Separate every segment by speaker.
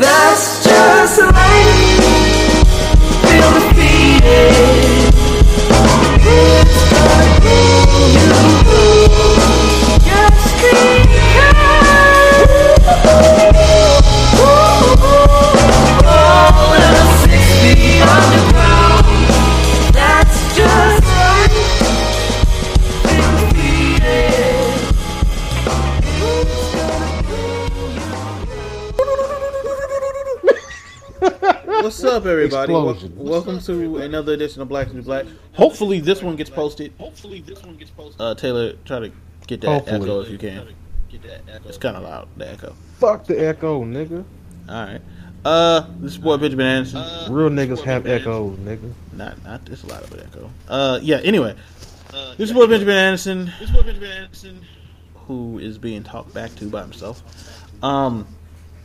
Speaker 1: That's just life. Feel defeated. Just keep going. All of six feet underground. That's just life. Feel defeated.
Speaker 2: What's up, everybody? Wel-
Speaker 3: Explosion.
Speaker 2: welcome to another edition of Black New Black. Hopefully, this one gets posted.
Speaker 4: Hopefully this one gets posted.
Speaker 2: Uh, Taylor, try to get that
Speaker 3: Hopefully.
Speaker 2: echo if you can. It's kind of loud, the echo.
Speaker 3: Fuck the echo, nigga.
Speaker 2: All right. Uh, this is boy Benjamin Anderson.
Speaker 4: Uh,
Speaker 3: Real niggas have echoes, nigga.
Speaker 2: not, not this loud of an echo. Uh, yeah. Anyway,
Speaker 4: Uh,
Speaker 2: this is boy Benjamin Anderson,
Speaker 4: This is what Benjamin Anderson.
Speaker 2: who is being talked back to by himself. Um,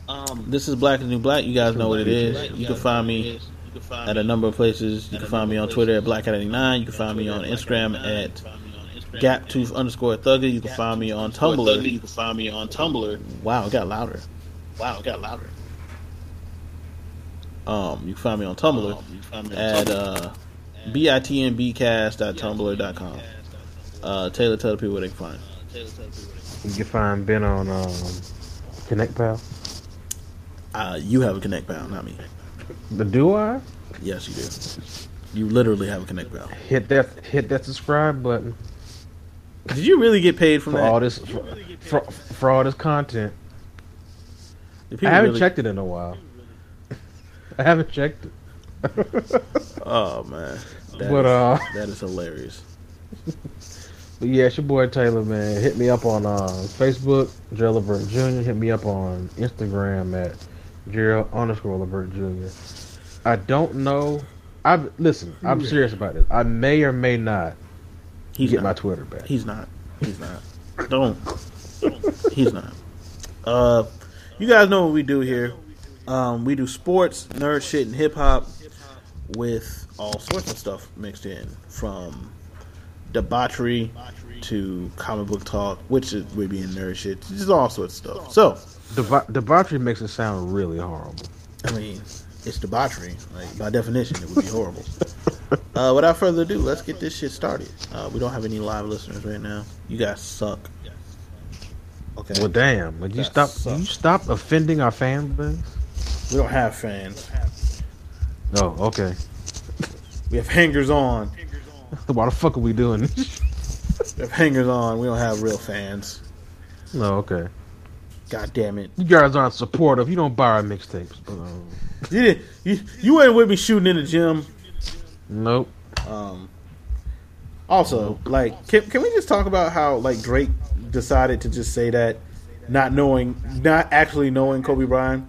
Speaker 4: Um,
Speaker 2: this is Black is New Black. You guys know what it is. You can find me
Speaker 4: You can find
Speaker 2: at a number of places. You can find me on Twitter at Black 99. You can find me on Instagram at Gaptooth underscore Thugger. You can find me on Tumblr.
Speaker 4: You can find me on Tumblr.
Speaker 2: Wow, it got louder.
Speaker 4: Wow, it got louder.
Speaker 2: Um, you can find me on Tumblr
Speaker 4: Um, you can find me on
Speaker 2: at
Speaker 4: Tumblr.
Speaker 2: uh, bitnbcast.tumblr.com. Uh, Taylor, tell the people where they can find. you.
Speaker 3: You can find Ben on um, Connect Pal.
Speaker 2: Uh, you have a connect bound, not me.
Speaker 3: The do I
Speaker 2: Yes, you do. You literally have a connect bound.
Speaker 3: hit that hit that subscribe button
Speaker 2: Did you really get paid from
Speaker 3: for
Speaker 2: that?
Speaker 3: all this for, for, for all this content?
Speaker 2: Did
Speaker 3: I
Speaker 2: people
Speaker 3: haven't
Speaker 2: really-
Speaker 3: checked it in a while. I haven't checked it.
Speaker 2: Oh man, That is
Speaker 3: But, uh,
Speaker 2: that is hilarious.
Speaker 3: But yeah, it's your boy Taylor, man. Hit me up on uh, Facebook, Gerald Levert Jr. Hit me up on Instagram at Gerald underscore Levert Jr. I don't know. I listen. I'm serious about this. I may or may not
Speaker 2: He's
Speaker 3: get my
Speaker 2: not.
Speaker 3: Twitter back.
Speaker 2: He's not. He's not. Don't. He's not. Uh, you guys know what we do here. Um, we do sports, nerd shit, and hip hop with all sorts of stuff mixed in, from debauchery to comic book talk, which is, we be in nerd shit, just all sorts of stuff. So,
Speaker 3: Deba- debauchery makes it sound really horrible.
Speaker 2: I mean, it's debauchery. Like by definition, it would be horrible. uh, without further ado, let's get this shit started. Uh, we don't have any live listeners right now. You guys suck. Okay.
Speaker 3: Well, damn. Would you
Speaker 2: That
Speaker 3: stop?
Speaker 2: sucks.
Speaker 3: You stop offending our fan base?
Speaker 2: We don't have fans.
Speaker 3: Oh, okay.
Speaker 2: We have hangers on.
Speaker 3: Why the fuck are we doing this?
Speaker 2: We have hangers on. We don't have real fans.
Speaker 3: No, Oh, okay.
Speaker 2: God damn it.
Speaker 3: You guys aren't supportive. You don't buy our mixtapes. Uh,
Speaker 2: You did you you ain't with me shooting in the gym.
Speaker 3: nope.
Speaker 2: Um also, like can, can we just talk about how like Drake decided to just say that not knowing not actually knowing Kobe Bryant?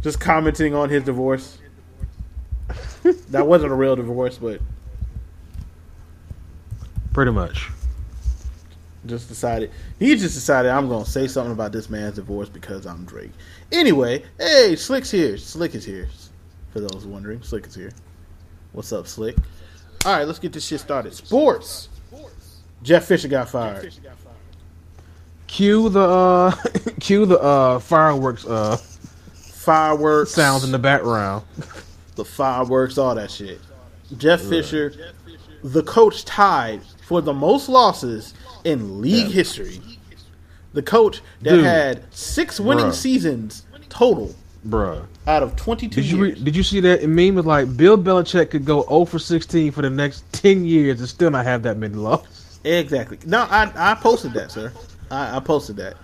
Speaker 2: Just commenting on his divorce. that wasn't a real divorce, but
Speaker 3: Pretty much.
Speaker 2: just decided he just decided I'm gonna say something about this man's divorce because I'm Drake. Anyway, hey, Slick's here. Slick is here. For those wondering, Slick is here. What's up, Slick? All right, let's get this shit started. Sports. Jeff Fisher got fired.
Speaker 3: Cue the uh, cue the uh, fireworks uh,
Speaker 2: Fireworks
Speaker 3: sounds in the background.
Speaker 2: the fireworks, all that shit. Jeff Fisher, the coach tied for the most losses in league history. The coach that
Speaker 3: Dude.
Speaker 2: had six winning
Speaker 3: Bruh.
Speaker 2: seasons total
Speaker 3: Bruh,
Speaker 2: out of 22
Speaker 3: did you
Speaker 2: years.
Speaker 3: re- did you see that meme was like Bill Belichick could go 0 for 16 for the next 10 years and still not have that many losses?
Speaker 2: Exactly. No, I I posted that, sir. I, I posted that.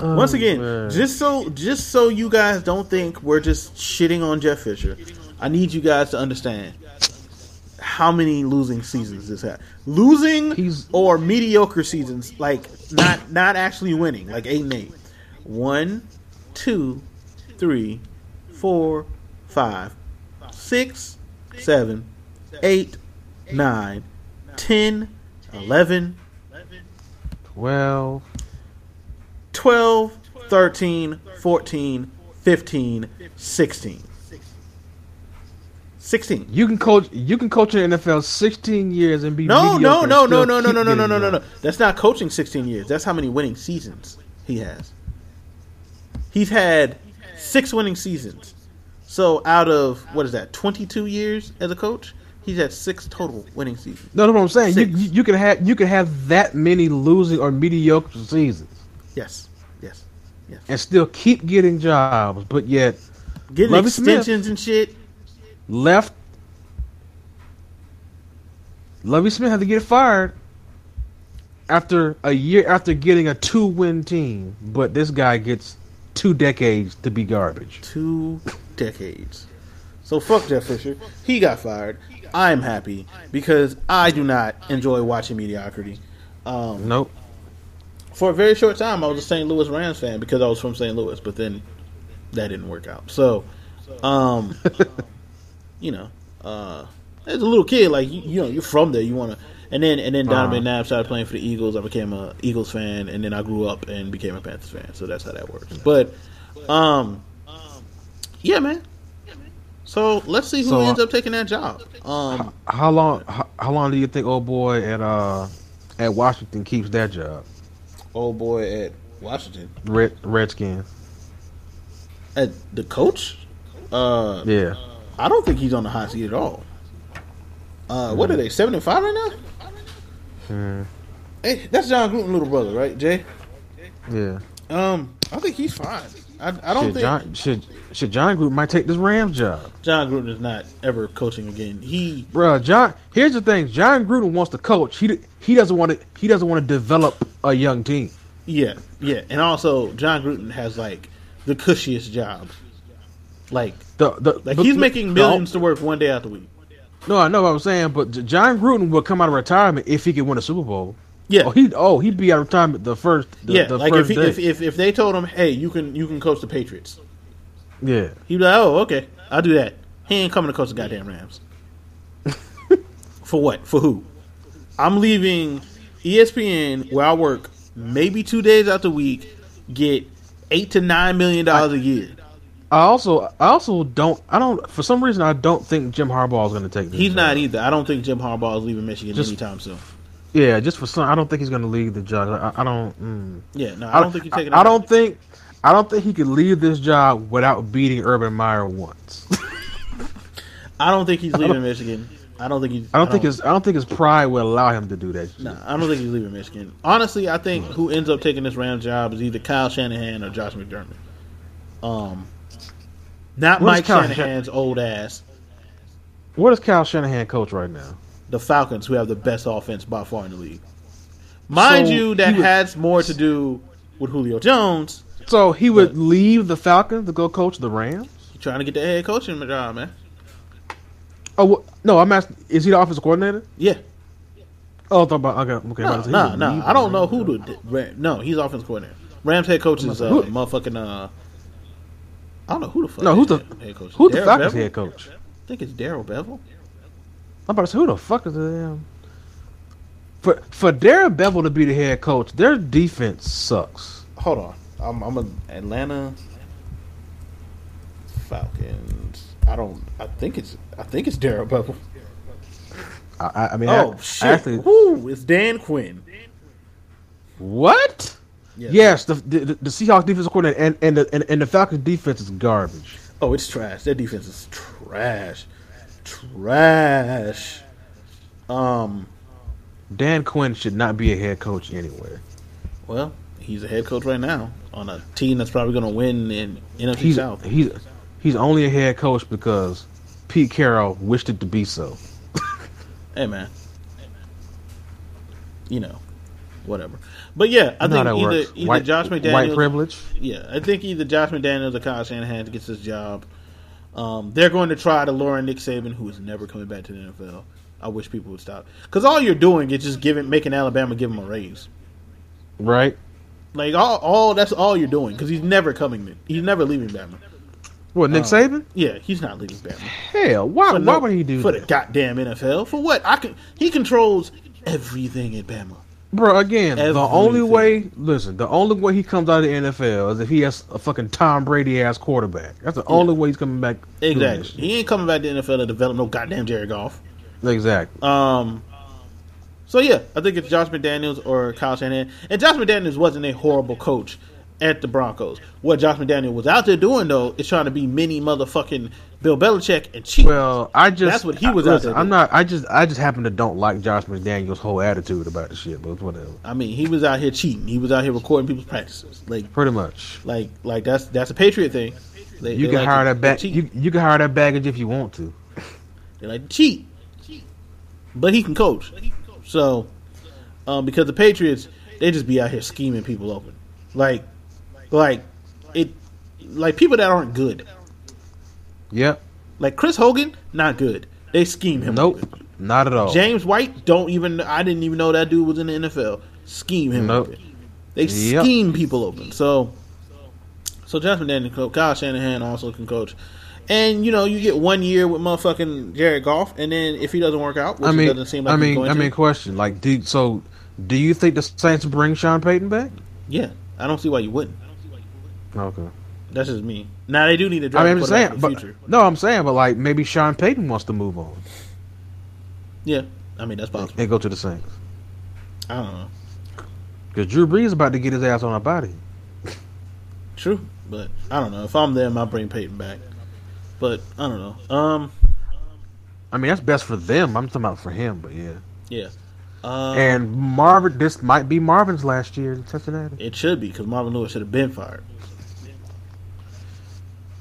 Speaker 2: Once
Speaker 3: Oh,
Speaker 2: again,
Speaker 3: man.
Speaker 2: just so just so you guys don't think we're just shitting on Jeff Fisher, I need you guys to understand how many losing seasons this had. Losing
Speaker 3: He's-
Speaker 2: or mediocre seasons, like not not actually winning, like eight and eight. One, two, three, four, five, six, seven, eight, nine, ten, eleven.
Speaker 3: 12
Speaker 2: 12, 13, 14, 15, 16. Sixteen.
Speaker 3: You can coach. You can coach in the NFL sixteen years and be
Speaker 2: No, no,
Speaker 3: mediocre and
Speaker 2: no, no,
Speaker 3: still
Speaker 2: no, no,
Speaker 3: keep
Speaker 2: no, no, no,
Speaker 3: getting
Speaker 2: no, no,
Speaker 3: young.
Speaker 2: no. That's not coaching sixteen years. That's how many winning seasons he has. He's had six winning seasons. So out of what is that, twenty two years as a coach? He's had six total winning seasons.
Speaker 3: No, no, what I'm saying. You,
Speaker 2: Six.
Speaker 3: you you can have you can have that many losing or mediocre seasons
Speaker 2: Yes. Yes.
Speaker 3: and still keep getting jobs, but yet
Speaker 2: Getting
Speaker 3: Lovie Smith.
Speaker 2: extensions and shit.
Speaker 3: left. Lovey Smith had to get fired after a year after getting a two win team, but this guy gets two decades to be garbage.
Speaker 2: two decades. So fuck Jeff Fisher. He got fired. I'm happy because I do not enjoy watching mediocrity. Um,
Speaker 3: Nope.
Speaker 2: for a very short time, I was a St. Louis Rams fan because I was from St. Louis, but then that didn't work out. So, um, you know, uh, as a little kid, like you, you know, you're from there, you want to. And then and then Donovan Knapp started playing for the Eagles. I became a Eagles fan, and then I grew up and became a Panthers fan. So that's how that works. But, um, yeah, man. So let's see who
Speaker 3: So, uh,
Speaker 2: ends up taking that job. Um,
Speaker 3: How long how, how long do you think old boy at uh at Washington keeps that job?
Speaker 2: old boy at Washington,
Speaker 3: Red Redskins.
Speaker 2: at the coach. Uh,
Speaker 3: Yeah.
Speaker 2: I don't think he's on the hot seat at all. Uh, what are they seven and five right now? Mm-hmm.
Speaker 3: Mm,
Speaker 2: Hey, that's John Gruden, little brother, right, Jay?
Speaker 3: yeah.
Speaker 2: Um, I think he's fine. I, I don't
Speaker 3: Shit,
Speaker 2: think John...
Speaker 3: John, should should John Group might take this Rams job,
Speaker 2: Gruden is not ever coaching again. He
Speaker 3: Bruh, John. Here's the thing: John Gruden wants to coach. He he doesn't want to. He doesn't want to develop a young team.
Speaker 2: yeah yeah, and also John Gruden has like the cushiest job. Like
Speaker 3: The, the,
Speaker 2: like
Speaker 3: but-
Speaker 2: he's making
Speaker 3: no,
Speaker 2: millions to work one day out the week.
Speaker 3: No, I know what I'm saying, but J- John Gruden will come out of retirement if he could win a Super Bowl.
Speaker 2: Yeah.
Speaker 3: Oh, he oh he'd be out of retirement the first. The,
Speaker 2: yeah,
Speaker 3: the
Speaker 2: like if,
Speaker 3: first
Speaker 2: he,
Speaker 3: day.
Speaker 2: if if if they told him, hey, you can you can coach the Patriots,
Speaker 3: yeah.
Speaker 2: he'd be like, oh okay, I'll do that. He ain't coming to coach the goddamn Rams. For what? For who? I'm leaving E ESPN where I work maybe two days out the week, get eight to nine million dollars a year.
Speaker 3: I also I also don't I don't for some reason I don't think Jim Harbaugh is going to take. This
Speaker 2: He's
Speaker 3: job.
Speaker 2: not either. I don't think Jim Harbaugh is leaving Michigan
Speaker 3: Just-
Speaker 2: anytime soon. e-,
Speaker 3: Yeah, just for some, I don't think he's going to leave the job. I, I don't. Mm.
Speaker 2: Yeah, no, I don't think he's taking.
Speaker 3: I, I don't think. I don't think he could leave this job without beating Urban Meyer once.
Speaker 2: I don't think he's leaving Michigan. I don't think he's.
Speaker 3: I don't think his. I don't think his pride would allow him to do that. shit.
Speaker 2: No, I don't think he's leaving Michigan. Honestly, I think who ends up taking this Rams job is either Kyle Shanahan or Josh McDermott. Um, not
Speaker 3: What is
Speaker 2: Mike
Speaker 3: Kyle Shan-
Speaker 2: Shanahan's old ass.
Speaker 3: What is Kyle Shanahan coach right now?
Speaker 2: The Falcons, who have the best offense by far in the league. Mind
Speaker 3: So
Speaker 2: you, that
Speaker 3: he would-
Speaker 2: has more to do with Julio Jones
Speaker 3: So he would leave the Falcons to go coach the Rams.
Speaker 2: He's trying to get the head coaching job, man.
Speaker 3: Oh wha- no, I'm asking. Is he the offensive coordinator?
Speaker 2: Yeah,
Speaker 3: Oh, I thought about okay. okay
Speaker 2: no,
Speaker 3: about to say he
Speaker 2: no,
Speaker 3: would
Speaker 2: no.
Speaker 3: leave
Speaker 2: I don't
Speaker 3: the
Speaker 2: know
Speaker 3: Rams
Speaker 2: who
Speaker 3: job.
Speaker 2: the Ram, no. He's offense coordinator. Rams head coach is uh,
Speaker 3: Who-
Speaker 2: motherfucking. Uh, I don't know who the fuck.
Speaker 3: No, who's the-
Speaker 2: head coach? is.
Speaker 3: Who's the
Speaker 2: Darryl
Speaker 3: Falcons
Speaker 2: Bevel?
Speaker 3: head coach?
Speaker 2: I think it's Daryl Bevel.
Speaker 3: I'm about to say who the fuck is the damn. For for Darren Bevel to be the head coach, their defense sucks.
Speaker 2: Hold on. I'm, I'm an Atlanta Falcons. I don't. I think it's. I think it's Daryl Bevel.
Speaker 3: I, I, I mean, I-
Speaker 2: Oh
Speaker 3: I
Speaker 2: shit!
Speaker 3: actually-
Speaker 2: Woo, it's Dan Quinn.
Speaker 3: what?
Speaker 2: Yeah.
Speaker 3: Yes, the, the the Seahawks defense coordinator and and the and, and the Falcons defense is garbage.
Speaker 2: Oh, it's trash. Their defense is trash. Trash. Um.
Speaker 3: Dan Quinn should not be a head coach anywhere.
Speaker 2: Well, he's a head coach right now on a team that's probably going to win in NFC
Speaker 3: He's
Speaker 2: South.
Speaker 3: he's he's only a head coach because Pete Carroll wished it to be so.
Speaker 2: Hey man, you know, whatever. But yeah, I
Speaker 3: You
Speaker 2: think
Speaker 3: know how that
Speaker 2: either
Speaker 3: works.
Speaker 2: either
Speaker 3: white,
Speaker 2: Josh
Speaker 3: white
Speaker 2: McDaniels,
Speaker 3: privilege.
Speaker 2: yeah, I think either Josh McDaniels or Kyle Shanahan gets this job. Um, they're going to try to lure in Nick Saban, who is never coming back to the NFL. I wish people would stop because all you're doing is just giving making Alabama give him a raise.
Speaker 3: Right?
Speaker 2: Like all, all that's all you're doing because he's never coming. He's never leaving Bama.
Speaker 3: What, Nick Saban?
Speaker 2: Yeah, he's not leaving Bama.
Speaker 3: Hell, why,
Speaker 2: Uh, For
Speaker 3: why
Speaker 2: no-
Speaker 3: would he do
Speaker 2: for
Speaker 3: that?
Speaker 2: the goddamn NFL? For what? I can. He controls everything at Bama.
Speaker 3: Bro, again, the only
Speaker 2: Everything.
Speaker 3: way, listen, the only way he comes out of the NFL is if he has a fucking Tom Brady ass quarterback. That's the only way he's coming back. doing
Speaker 2: Exactly. He ain't coming back to the NFL to develop no goddamn Jared Goff.
Speaker 3: this. Exactly.
Speaker 2: Um, so yeah, I think it's Josh McDaniels or Kyle Shanahan. And Josh McDaniels wasn't a horrible coach at the Broncos. What Josh McDaniels was out there doing though is trying to be mini motherfucking Bill Belichick and cheat.
Speaker 3: Well, I just
Speaker 2: That's what he was
Speaker 3: I,
Speaker 2: out
Speaker 3: listen,
Speaker 2: there
Speaker 3: I'm
Speaker 2: doing.
Speaker 3: not. I just I just happen to don't like Josh McDaniels' whole attitude about the shit, but whatever.
Speaker 2: I mean, he was out here cheating. He was out here recording people's practices. Like,
Speaker 3: Pretty much.
Speaker 2: like, like that's that's a patriot thing. They, they
Speaker 3: You can
Speaker 2: like
Speaker 3: hire
Speaker 2: to- they
Speaker 3: that back.
Speaker 2: cheat.
Speaker 3: You, you can hire that baggage if you want to.
Speaker 2: They like to cheat, but he can coach. So, um, because the Patriots, they just be out here scheming people open, like, like it, like people that aren't good.
Speaker 3: Yep.
Speaker 2: Like Chris Hogan, not good. They scheme him.
Speaker 3: Nope.
Speaker 2: open.
Speaker 3: Not at all.
Speaker 2: James White, don't even. I didn't even know that dude was in the NFL. Scheme him.
Speaker 3: Nope.
Speaker 2: Open. They
Speaker 3: Yep.
Speaker 2: scheme people open. So, so Josh McDaniel, co- Kyle Shanahan also can coach. And you know you get one year with motherfucking Jared Goff, and then if he doesn't work out, which
Speaker 3: I
Speaker 2: it
Speaker 3: mean,
Speaker 2: doesn't seem like
Speaker 3: I
Speaker 2: he's
Speaker 3: mean,
Speaker 2: going
Speaker 3: I
Speaker 2: to,
Speaker 3: mean, question. Like, do so? Do you think the Saints will bring Sean Payton back?
Speaker 2: yeah, I don't see why you wouldn't.
Speaker 3: Okay.
Speaker 2: That's just me. Now they do need to draft
Speaker 3: I mean,
Speaker 2: I
Speaker 3: I'm just saying,
Speaker 2: in the
Speaker 3: but
Speaker 2: future.
Speaker 3: no, I'm saying, but like maybe Sean Payton wants to move on
Speaker 2: Yeah, I mean that's possible.
Speaker 3: and go to the Saints
Speaker 2: I don't know.
Speaker 3: because Drew Brees is about to get his ass on our body.
Speaker 2: True, but I don't know. If I'm them, I bring Peyton back. But I don't know. Um,
Speaker 3: I mean, that's best for them. I'm talking about for him, but yeah.
Speaker 2: yeah. Um,
Speaker 3: and Marvin, this might be Marvin's last year in Cincinnati.
Speaker 2: It should be because Marvin Lewis should have been fired.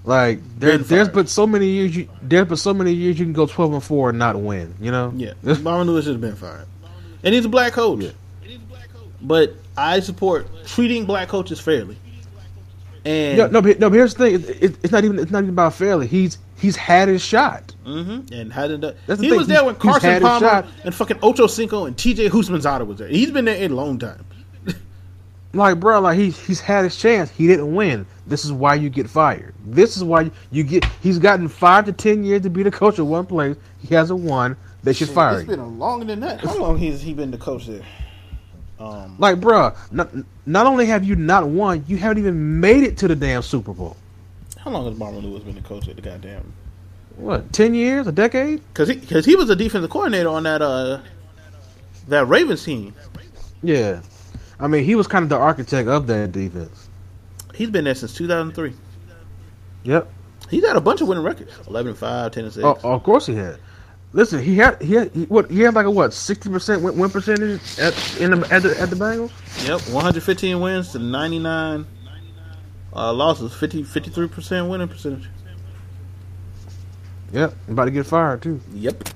Speaker 3: Like there,
Speaker 2: Been
Speaker 3: there's
Speaker 2: fired.
Speaker 3: but so many years you there's but so many years you can go 12 and four and not win. You know.
Speaker 2: Yeah,
Speaker 3: That's-
Speaker 2: Marvin Lewis should have been fired. And he's a black coach.
Speaker 3: Yeah.
Speaker 2: But I support treating black coaches fairly. And
Speaker 3: Yeah, no, but, no. But here's the thing: it, it, it's not even it's not even about fairly. He's he's had his shot.
Speaker 2: Mhm, and hadn't done.
Speaker 3: That's the
Speaker 2: he
Speaker 3: thing,
Speaker 2: was there
Speaker 3: he's-
Speaker 2: when
Speaker 3: he's
Speaker 2: Carson
Speaker 3: had his
Speaker 2: Palmer
Speaker 3: shot.
Speaker 2: and fucking Ocho Cinco and T.J. Husmanzada was there. He's been there a long time.
Speaker 3: Like, bro, like he's he's had his chance. He didn't win. This is why you get fired. This is why you get. He's gotten five to ten years to be the coach of one place. He hasn't won. They should fire
Speaker 2: It's
Speaker 3: him.
Speaker 2: been a longer than that. How long has he been the coach there? Um,
Speaker 3: Like, bro, not not only have you not won, you haven't even made it to the damn Super Bowl.
Speaker 2: how long has Marvin Lewis been the coach at the goddamn?
Speaker 3: What, ten years, a decade?
Speaker 2: Because he because he was a defensive coordinator on that uh that Ravens team.
Speaker 3: Yeah, I mean, he was kind of the architect of that defense.
Speaker 2: He's been there since 2003.
Speaker 3: Yep.
Speaker 2: He's had a bunch of winning records 11 and 5, 10 and 6.
Speaker 3: Oh, of course he had. Listen, he had he had he, what he had like a what sixty percent win, win percentage at in the, at the at the Bengals.
Speaker 2: Yep, 115 wins to 99 uh, losses, 50, 53% winning percentage.
Speaker 3: Yep, about to get fired too.
Speaker 2: Yep.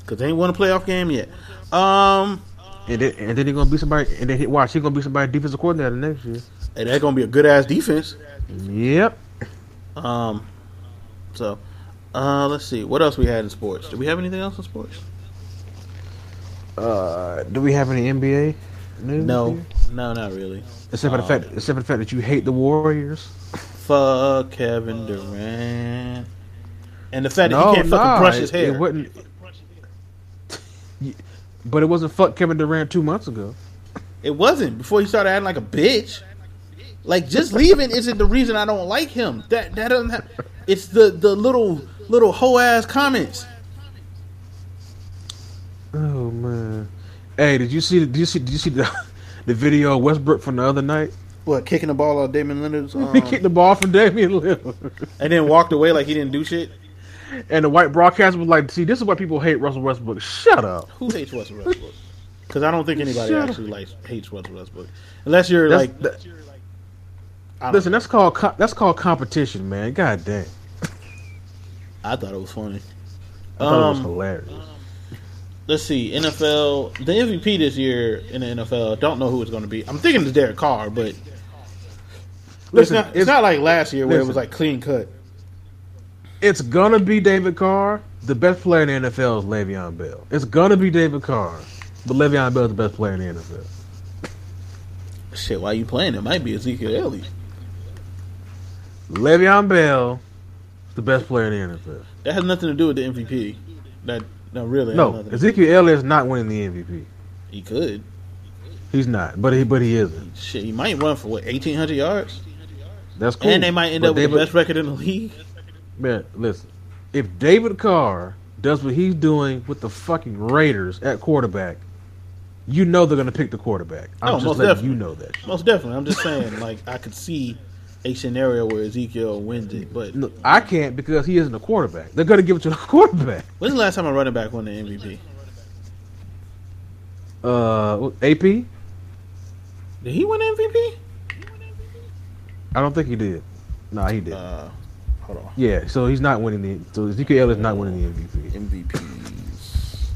Speaker 2: Because they ain't won a playoff game yet. Um,
Speaker 3: And then, and then he's gonna be somebody. And then he, watch, he's gonna be somebody defensive coordinator next year.
Speaker 2: and that's going to be a good ass defense.
Speaker 3: Yep.
Speaker 2: Um, so, uh, let's see. What else we had in sports? Did we have anything else in sports?
Speaker 3: Uh, do we have any NBA? News
Speaker 2: No.
Speaker 3: here?
Speaker 2: No, not really.
Speaker 3: Except for the fact, except for the fact that you hate the Warriors.
Speaker 2: Fuck Kevin Durant. And the fact that
Speaker 3: no,
Speaker 2: he can't fucking
Speaker 3: nah,
Speaker 2: brush his
Speaker 3: it-
Speaker 2: hair.
Speaker 3: It wouldn't. But it wasn't fuck Kevin Durant two months ago.
Speaker 2: It wasn't before he started acting like a bitch. Like just leaving isn't the reason I don't like him. That that doesn't. Have, it's the the little little hoe ass comments.
Speaker 3: Oh man. Hey, did you see? Did you see? Did you see the the video of Westbrook from the other night?
Speaker 2: What kicking the ball out Damon um, Leonard's
Speaker 3: he kicked the ball from Damian Lillard.
Speaker 2: and then walked away like he didn't do shit.
Speaker 3: And the white broadcaster was like, "See, this is why people hate Russell Westbrook. Shut up."
Speaker 2: Who hates Russell Westbrook? Because I don't think anybody
Speaker 3: Shut up.
Speaker 2: actually likes hates Russell Westbrook unless you're
Speaker 3: That's-
Speaker 2: like.
Speaker 3: that-
Speaker 2: I, don't
Speaker 3: Listen,
Speaker 2: know.
Speaker 3: that's called co- that's called competition, man. God damn,
Speaker 2: I thought it was funny.
Speaker 3: I thought it was
Speaker 2: Um,
Speaker 3: hilarious.
Speaker 2: Let's see, NFL. The MVP this year in the NFL. Don't know who it's going to be. I'm thinking it's Derek Carr, but
Speaker 3: Listen,
Speaker 2: it's, not, it's
Speaker 3: it's,
Speaker 2: not like last year where it was
Speaker 3: listen.
Speaker 2: like clean cut.
Speaker 3: it's gonna be David Carr. The best player in the NFL is Le'Veon Bell. It's gonna be David Carr, but Le'Veon Bell is the best player in the NFL.
Speaker 2: Shit, why you playing? It might be Ezekiel Elliott.
Speaker 3: Le'Veon Bell, is the best player in the NFL.
Speaker 2: That has nothing to do with the MVP. That no, really, has
Speaker 3: No,
Speaker 2: nothing to-
Speaker 3: Ezekiel Elliott's not winning the MVP.
Speaker 2: he could.
Speaker 3: He's not, but he but he isn't.
Speaker 2: Shit, he might run for what eighteen hundred yards,
Speaker 3: That's cool.
Speaker 2: and they might end
Speaker 3: But
Speaker 2: up with
Speaker 3: David-
Speaker 2: the best record in the league.
Speaker 3: Man, listen. If David Carr does what he's doing with the fucking Raiders at quarterback, you know they're gonna pick the quarterback. I'm
Speaker 2: Oh,
Speaker 3: just
Speaker 2: most
Speaker 3: letting
Speaker 2: definitely.
Speaker 3: you know that.
Speaker 2: Most definitely. I'm just saying, like I could see a scenario where Ezekiel wins it, but
Speaker 3: No, I can't because he isn't a quarterback. They're gonna give it to the quarterback.
Speaker 2: when's the last time a running back won the MVP?
Speaker 3: Uh, AP.
Speaker 2: Did he win MVP?
Speaker 3: I don't think he did. Nah, he did.
Speaker 2: Uh, hold on.
Speaker 3: yeah, so he's not winning the. So Ezekiel Elliott's not winning the MVP.
Speaker 2: MVPs.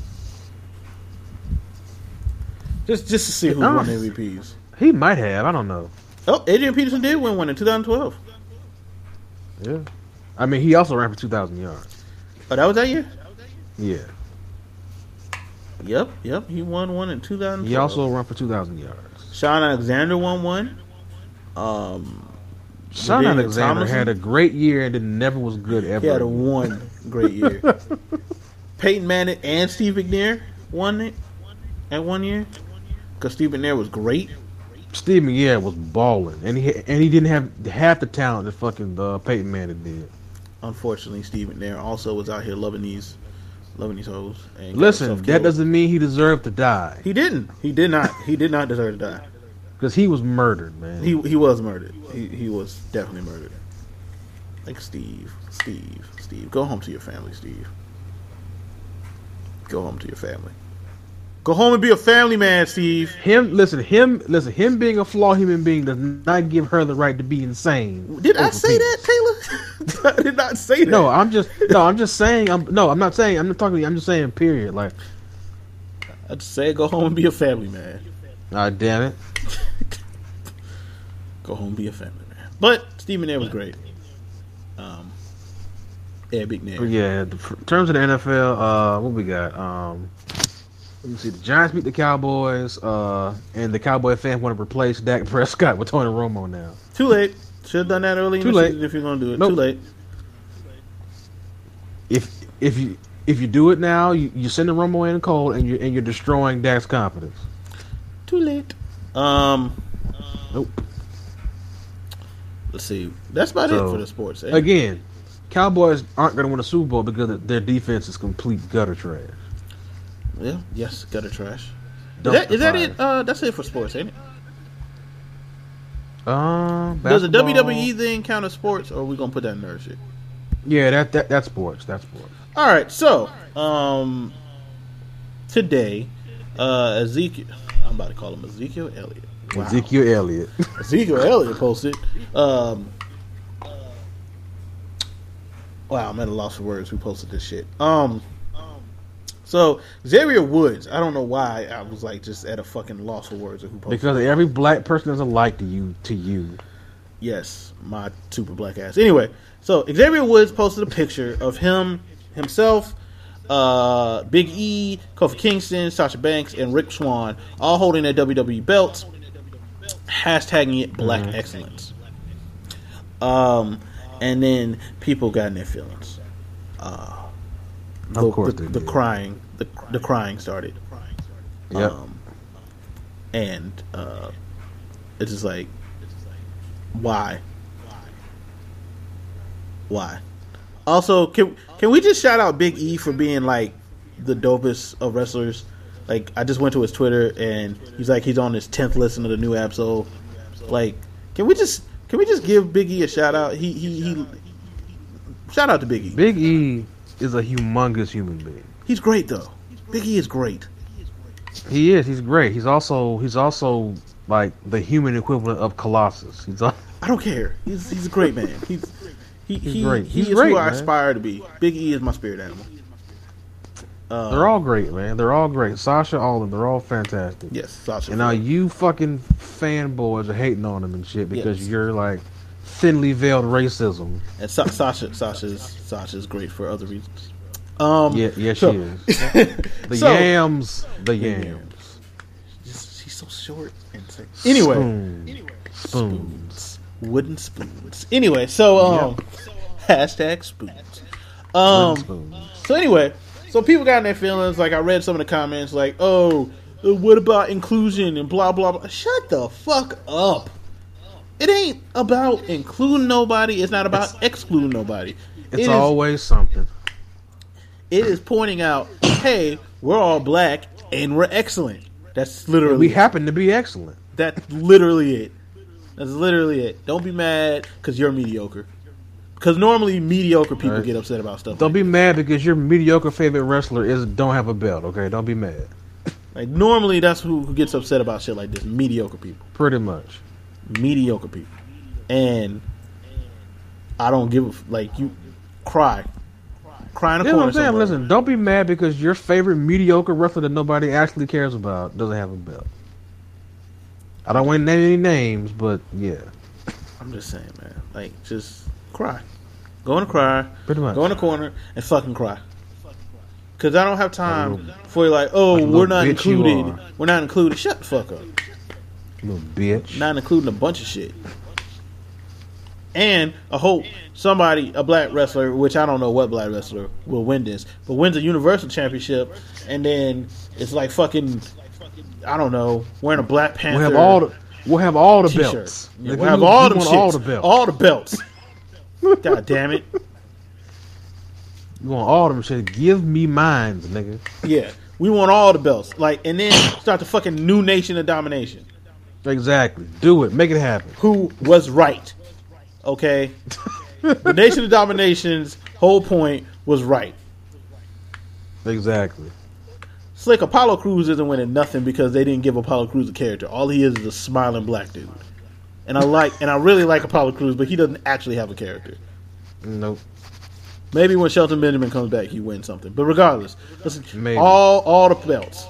Speaker 2: Just just to see who
Speaker 3: Oh.
Speaker 2: won MVPs.
Speaker 3: He might have. I don't know.
Speaker 2: Oh, Adrian Peterson did win one in 2012.
Speaker 3: Yeah. I mean, he also ran for two thousand yards.
Speaker 2: Oh, that was that year.
Speaker 3: Yeah.
Speaker 2: Yep, yep. He won one in 2012.
Speaker 3: He also ran for two thousand yards.
Speaker 2: Sean Alexander won one. Um,
Speaker 3: Sean
Speaker 2: David
Speaker 3: Alexander
Speaker 2: Thomason?
Speaker 3: had a great year and then never was good ever.
Speaker 2: he had a
Speaker 3: again.
Speaker 2: one great year. Peyton Manning and Steve McNair won it at one year because Steve McNair was great.
Speaker 3: Steve McNair was balling, and he and he didn't have half the talent that fucking uh, Peyton Manning did.
Speaker 2: Unfortunately, Steve McNair also was out here loving these, loving these hoes. And got
Speaker 3: Listen,
Speaker 2: himself
Speaker 3: that
Speaker 2: killed.
Speaker 3: doesn't mean he deserved to die
Speaker 2: He didn't. He did not. He did not deserve to die.
Speaker 3: because he was murdered, man.
Speaker 2: He he was murdered. He he was definitely murdered. Like Steve, Steve, Steve. Go home to your family, Steve. Go home to your family. Go home and be a family man, Steve.
Speaker 3: him, listen, him, listen, him being a flawed human being does not give her the right to be insane.
Speaker 2: Did I
Speaker 3: over
Speaker 2: say
Speaker 3: people.
Speaker 2: that, Taylor? I did not say that.
Speaker 3: No, I'm just no, I'm just saying. I'm no, I'm not saying. I'm not talking. to you, I'm just saying. Period. Like,
Speaker 2: I just said go home and be a family man.
Speaker 3: ah, damn it.
Speaker 2: Go home and be a family man. But Steve McNair was great. Um, yeah, big
Speaker 3: But
Speaker 2: name.
Speaker 3: yeah, the, in terms of the NFL, uh, what we got? Um, let me see. The Giants beat the Cowboys, uh, and the Cowboy fans want to replace Dak Prescott with Tony Romo now.
Speaker 2: Too late. Should have done that early. in
Speaker 3: Too
Speaker 2: the
Speaker 3: late.
Speaker 2: season If you're gonna do it,
Speaker 3: Nope.
Speaker 2: too late.
Speaker 3: If if you if you do it now, you, you're sending Romo in cold, and you're and you're destroying Dak's confidence.
Speaker 2: Too late. Um,
Speaker 3: Nope.
Speaker 2: Let's see. That's about
Speaker 3: So,
Speaker 2: it for the sports. eh?
Speaker 3: Again, Cowboys aren't going to win a Super Bowl because their defense is complete gutter trash.
Speaker 2: Yeah. Yes. Gutter trash. Is
Speaker 3: Dumpster
Speaker 2: that, is that
Speaker 3: fire.
Speaker 2: it? Uh, that's it for sports, ain't it?
Speaker 3: Um,
Speaker 2: Does the E
Speaker 3: basketball-
Speaker 2: WWE thing count as sports, or are we gonna put that in nerd shit?
Speaker 3: Yeah, that, that that's sports. That's sports.
Speaker 2: All right. So, um, today, uh, Ezekiel. I'm about to call him Ezekiel Elliott. Wow.
Speaker 3: Ezekiel Elliott.
Speaker 2: Ezekiel Elliott posted. Um, wow, I'm at a loss for words. Who posted this shit? Um, so Xavier Woods. I don't know why I was like just at a fucking loss for words of who posted.
Speaker 3: because every black person doesn't like to you to you.
Speaker 2: Yes, my super black ass. Anyway, so Xavier Woods posted a picture of him, himself, uh, Big E, Kofi Kingston, Sasha Banks, and Rick Swan, all holding their WWE belts, hashtagging it Black
Speaker 3: Mm-hmm.
Speaker 2: Excellence. Um, and then people got in their feelings.
Speaker 3: Of
Speaker 2: The,
Speaker 3: course,
Speaker 2: the,
Speaker 3: they
Speaker 2: the
Speaker 3: did.
Speaker 2: crying, the, the crying started.
Speaker 3: Yep.
Speaker 2: Um, and uh, it's just like, why, why? Also, can can we just shout out Big E for being like the dopest of wrestlers? Like, I just went to his Twitter and he's like he's on his tenth listen to the new episode. Like, can we just can we just give Big E a shout out? He he he. Shout out to Big E.
Speaker 3: Big E is a humongous human being.
Speaker 2: He's great though. Big E is great.
Speaker 3: He is. He's great. He's also he's also like the human equivalent of Colossus. He's like,
Speaker 2: I don't care. He's he's a great man. He's he,
Speaker 3: He's
Speaker 2: he,
Speaker 3: great.
Speaker 2: he
Speaker 3: He's
Speaker 2: is
Speaker 3: great,
Speaker 2: who I
Speaker 3: man.
Speaker 2: aspire to be. Big E is my spirit animal. Uh,
Speaker 3: they're all great, man. They're all great. Sasha, all of them. They're all fantastic.
Speaker 2: yes, Sasha.
Speaker 3: And now you fucking fanboys are hating on him and shit because
Speaker 2: Yes.
Speaker 3: you're like thinly veiled racism.
Speaker 2: and Sa- Sasha Sasha's Sasha's great for other reasons. Um,
Speaker 3: Yeah, yes,
Speaker 2: so-
Speaker 3: she is. The
Speaker 2: so-
Speaker 3: yams, the
Speaker 2: yams.
Speaker 3: yams.
Speaker 2: Just- she's so short and sexy. Anyway,
Speaker 3: Spoon. spoons.
Speaker 2: wooden spoons. Anyway, so um, hashtag spoons. Um,
Speaker 3: spoons.
Speaker 2: So anyway, so people got in their feelings. Like I read some of the comments, like, "Oh, "Uh, what about inclusion and blah blah blah. Shut the fuck up. It ain't about including nobody. It's not about excluding nobody. It
Speaker 3: It's
Speaker 2: is-
Speaker 3: always something.
Speaker 2: it is pointing out, hey, we're all black and we're excellent. That's literally
Speaker 3: We happen to be excellent.
Speaker 2: That's literally it. That's literally it. Don't be mad because you're mediocre. Because normally mediocre people
Speaker 3: Right.
Speaker 2: get upset about stuff.
Speaker 3: Don't
Speaker 2: like,
Speaker 3: be mad because your mediocre favorite wrestler is don't have a belt. Okay, don't be mad.
Speaker 2: like normally that's who, who gets upset about shit like this. Mediocre people.
Speaker 3: Pretty much.
Speaker 2: Mediocre people. And I don't give a f- like you cry, cry in a
Speaker 3: You know what
Speaker 2: corner.
Speaker 3: I'm saying?
Speaker 2: somewhere.
Speaker 3: Listen, don't be mad because your favorite mediocre wrestler that nobody actually cares about doesn't have a belt. I don't want to name any names, but yeah,
Speaker 2: I'm just saying, man. Like just cry. Go in a cry.
Speaker 3: pretty much.
Speaker 2: Go in a corner and fucking cry. Cause I don't have time for like,
Speaker 3: Like
Speaker 2: oh,
Speaker 3: a
Speaker 2: we're
Speaker 3: little
Speaker 2: not
Speaker 3: bitch you
Speaker 2: included.
Speaker 3: are.
Speaker 2: We're not included. Shut the fuck up.
Speaker 3: Little bitch.
Speaker 2: Not including a bunch of shit. And I hope somebody, a black wrestler, which I don't know what black wrestler will win this, but wins a universal championship, and then it's like fucking, I don't know, wearing a black panther.
Speaker 3: we'll have all the we'll have all the
Speaker 2: t-shirt.
Speaker 3: belts.
Speaker 2: Yeah,
Speaker 3: If
Speaker 2: we'll
Speaker 3: you
Speaker 2: have
Speaker 3: lose,
Speaker 2: all,
Speaker 3: you
Speaker 2: them
Speaker 3: want
Speaker 2: shits.
Speaker 3: all the belts.
Speaker 2: All the belts. God damn it.
Speaker 3: You want all them shit? Give me mines, nigga.
Speaker 2: Yeah, we want all the belts. Like, and then start the fucking new nation of domination.
Speaker 3: Exactly. Do it. Make it happen.
Speaker 2: Who was right? Okay, the nation of domination's whole point was right.
Speaker 3: Exactly.
Speaker 2: Slick Apollo Cruz isn't winning nothing because they didn't give Apollo Cruz a character. All he is is a smiling black dude. And I like, and I really like Apollo Cruz, but he doesn't actually have a character.
Speaker 3: Nope.
Speaker 2: Maybe when Shelton Benjamin comes back, he wins something. But regardless, listen,
Speaker 3: Maybe.
Speaker 2: all all the belts,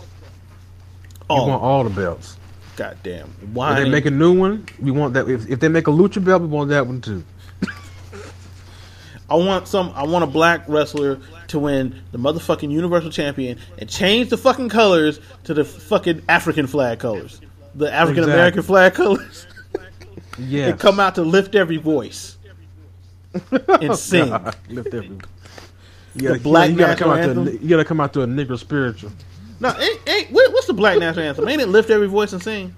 Speaker 3: You want
Speaker 2: all
Speaker 3: all the belts.
Speaker 2: goddamn.
Speaker 3: If
Speaker 2: Why
Speaker 3: they make a new one, we want that. If, if they make a lucha belt, we want that one too.
Speaker 2: I want some. I want a black wrestler to win the motherfucking Universal Champion and change the fucking colors to the fucking African flag colors, the African American
Speaker 3: Exactly.
Speaker 2: flag colors,
Speaker 3: Yeah.
Speaker 2: and come out to lift every voice
Speaker 3: Oh,
Speaker 2: and sing.
Speaker 3: Lift every. You gotta,
Speaker 2: black
Speaker 3: you gotta come out
Speaker 2: national
Speaker 3: to a,
Speaker 2: anthem?
Speaker 3: you gotta come out to a nigga spiritual.
Speaker 2: No, ain't, ain't what, what's the black national anthem? Ain't it lift every voice and sing?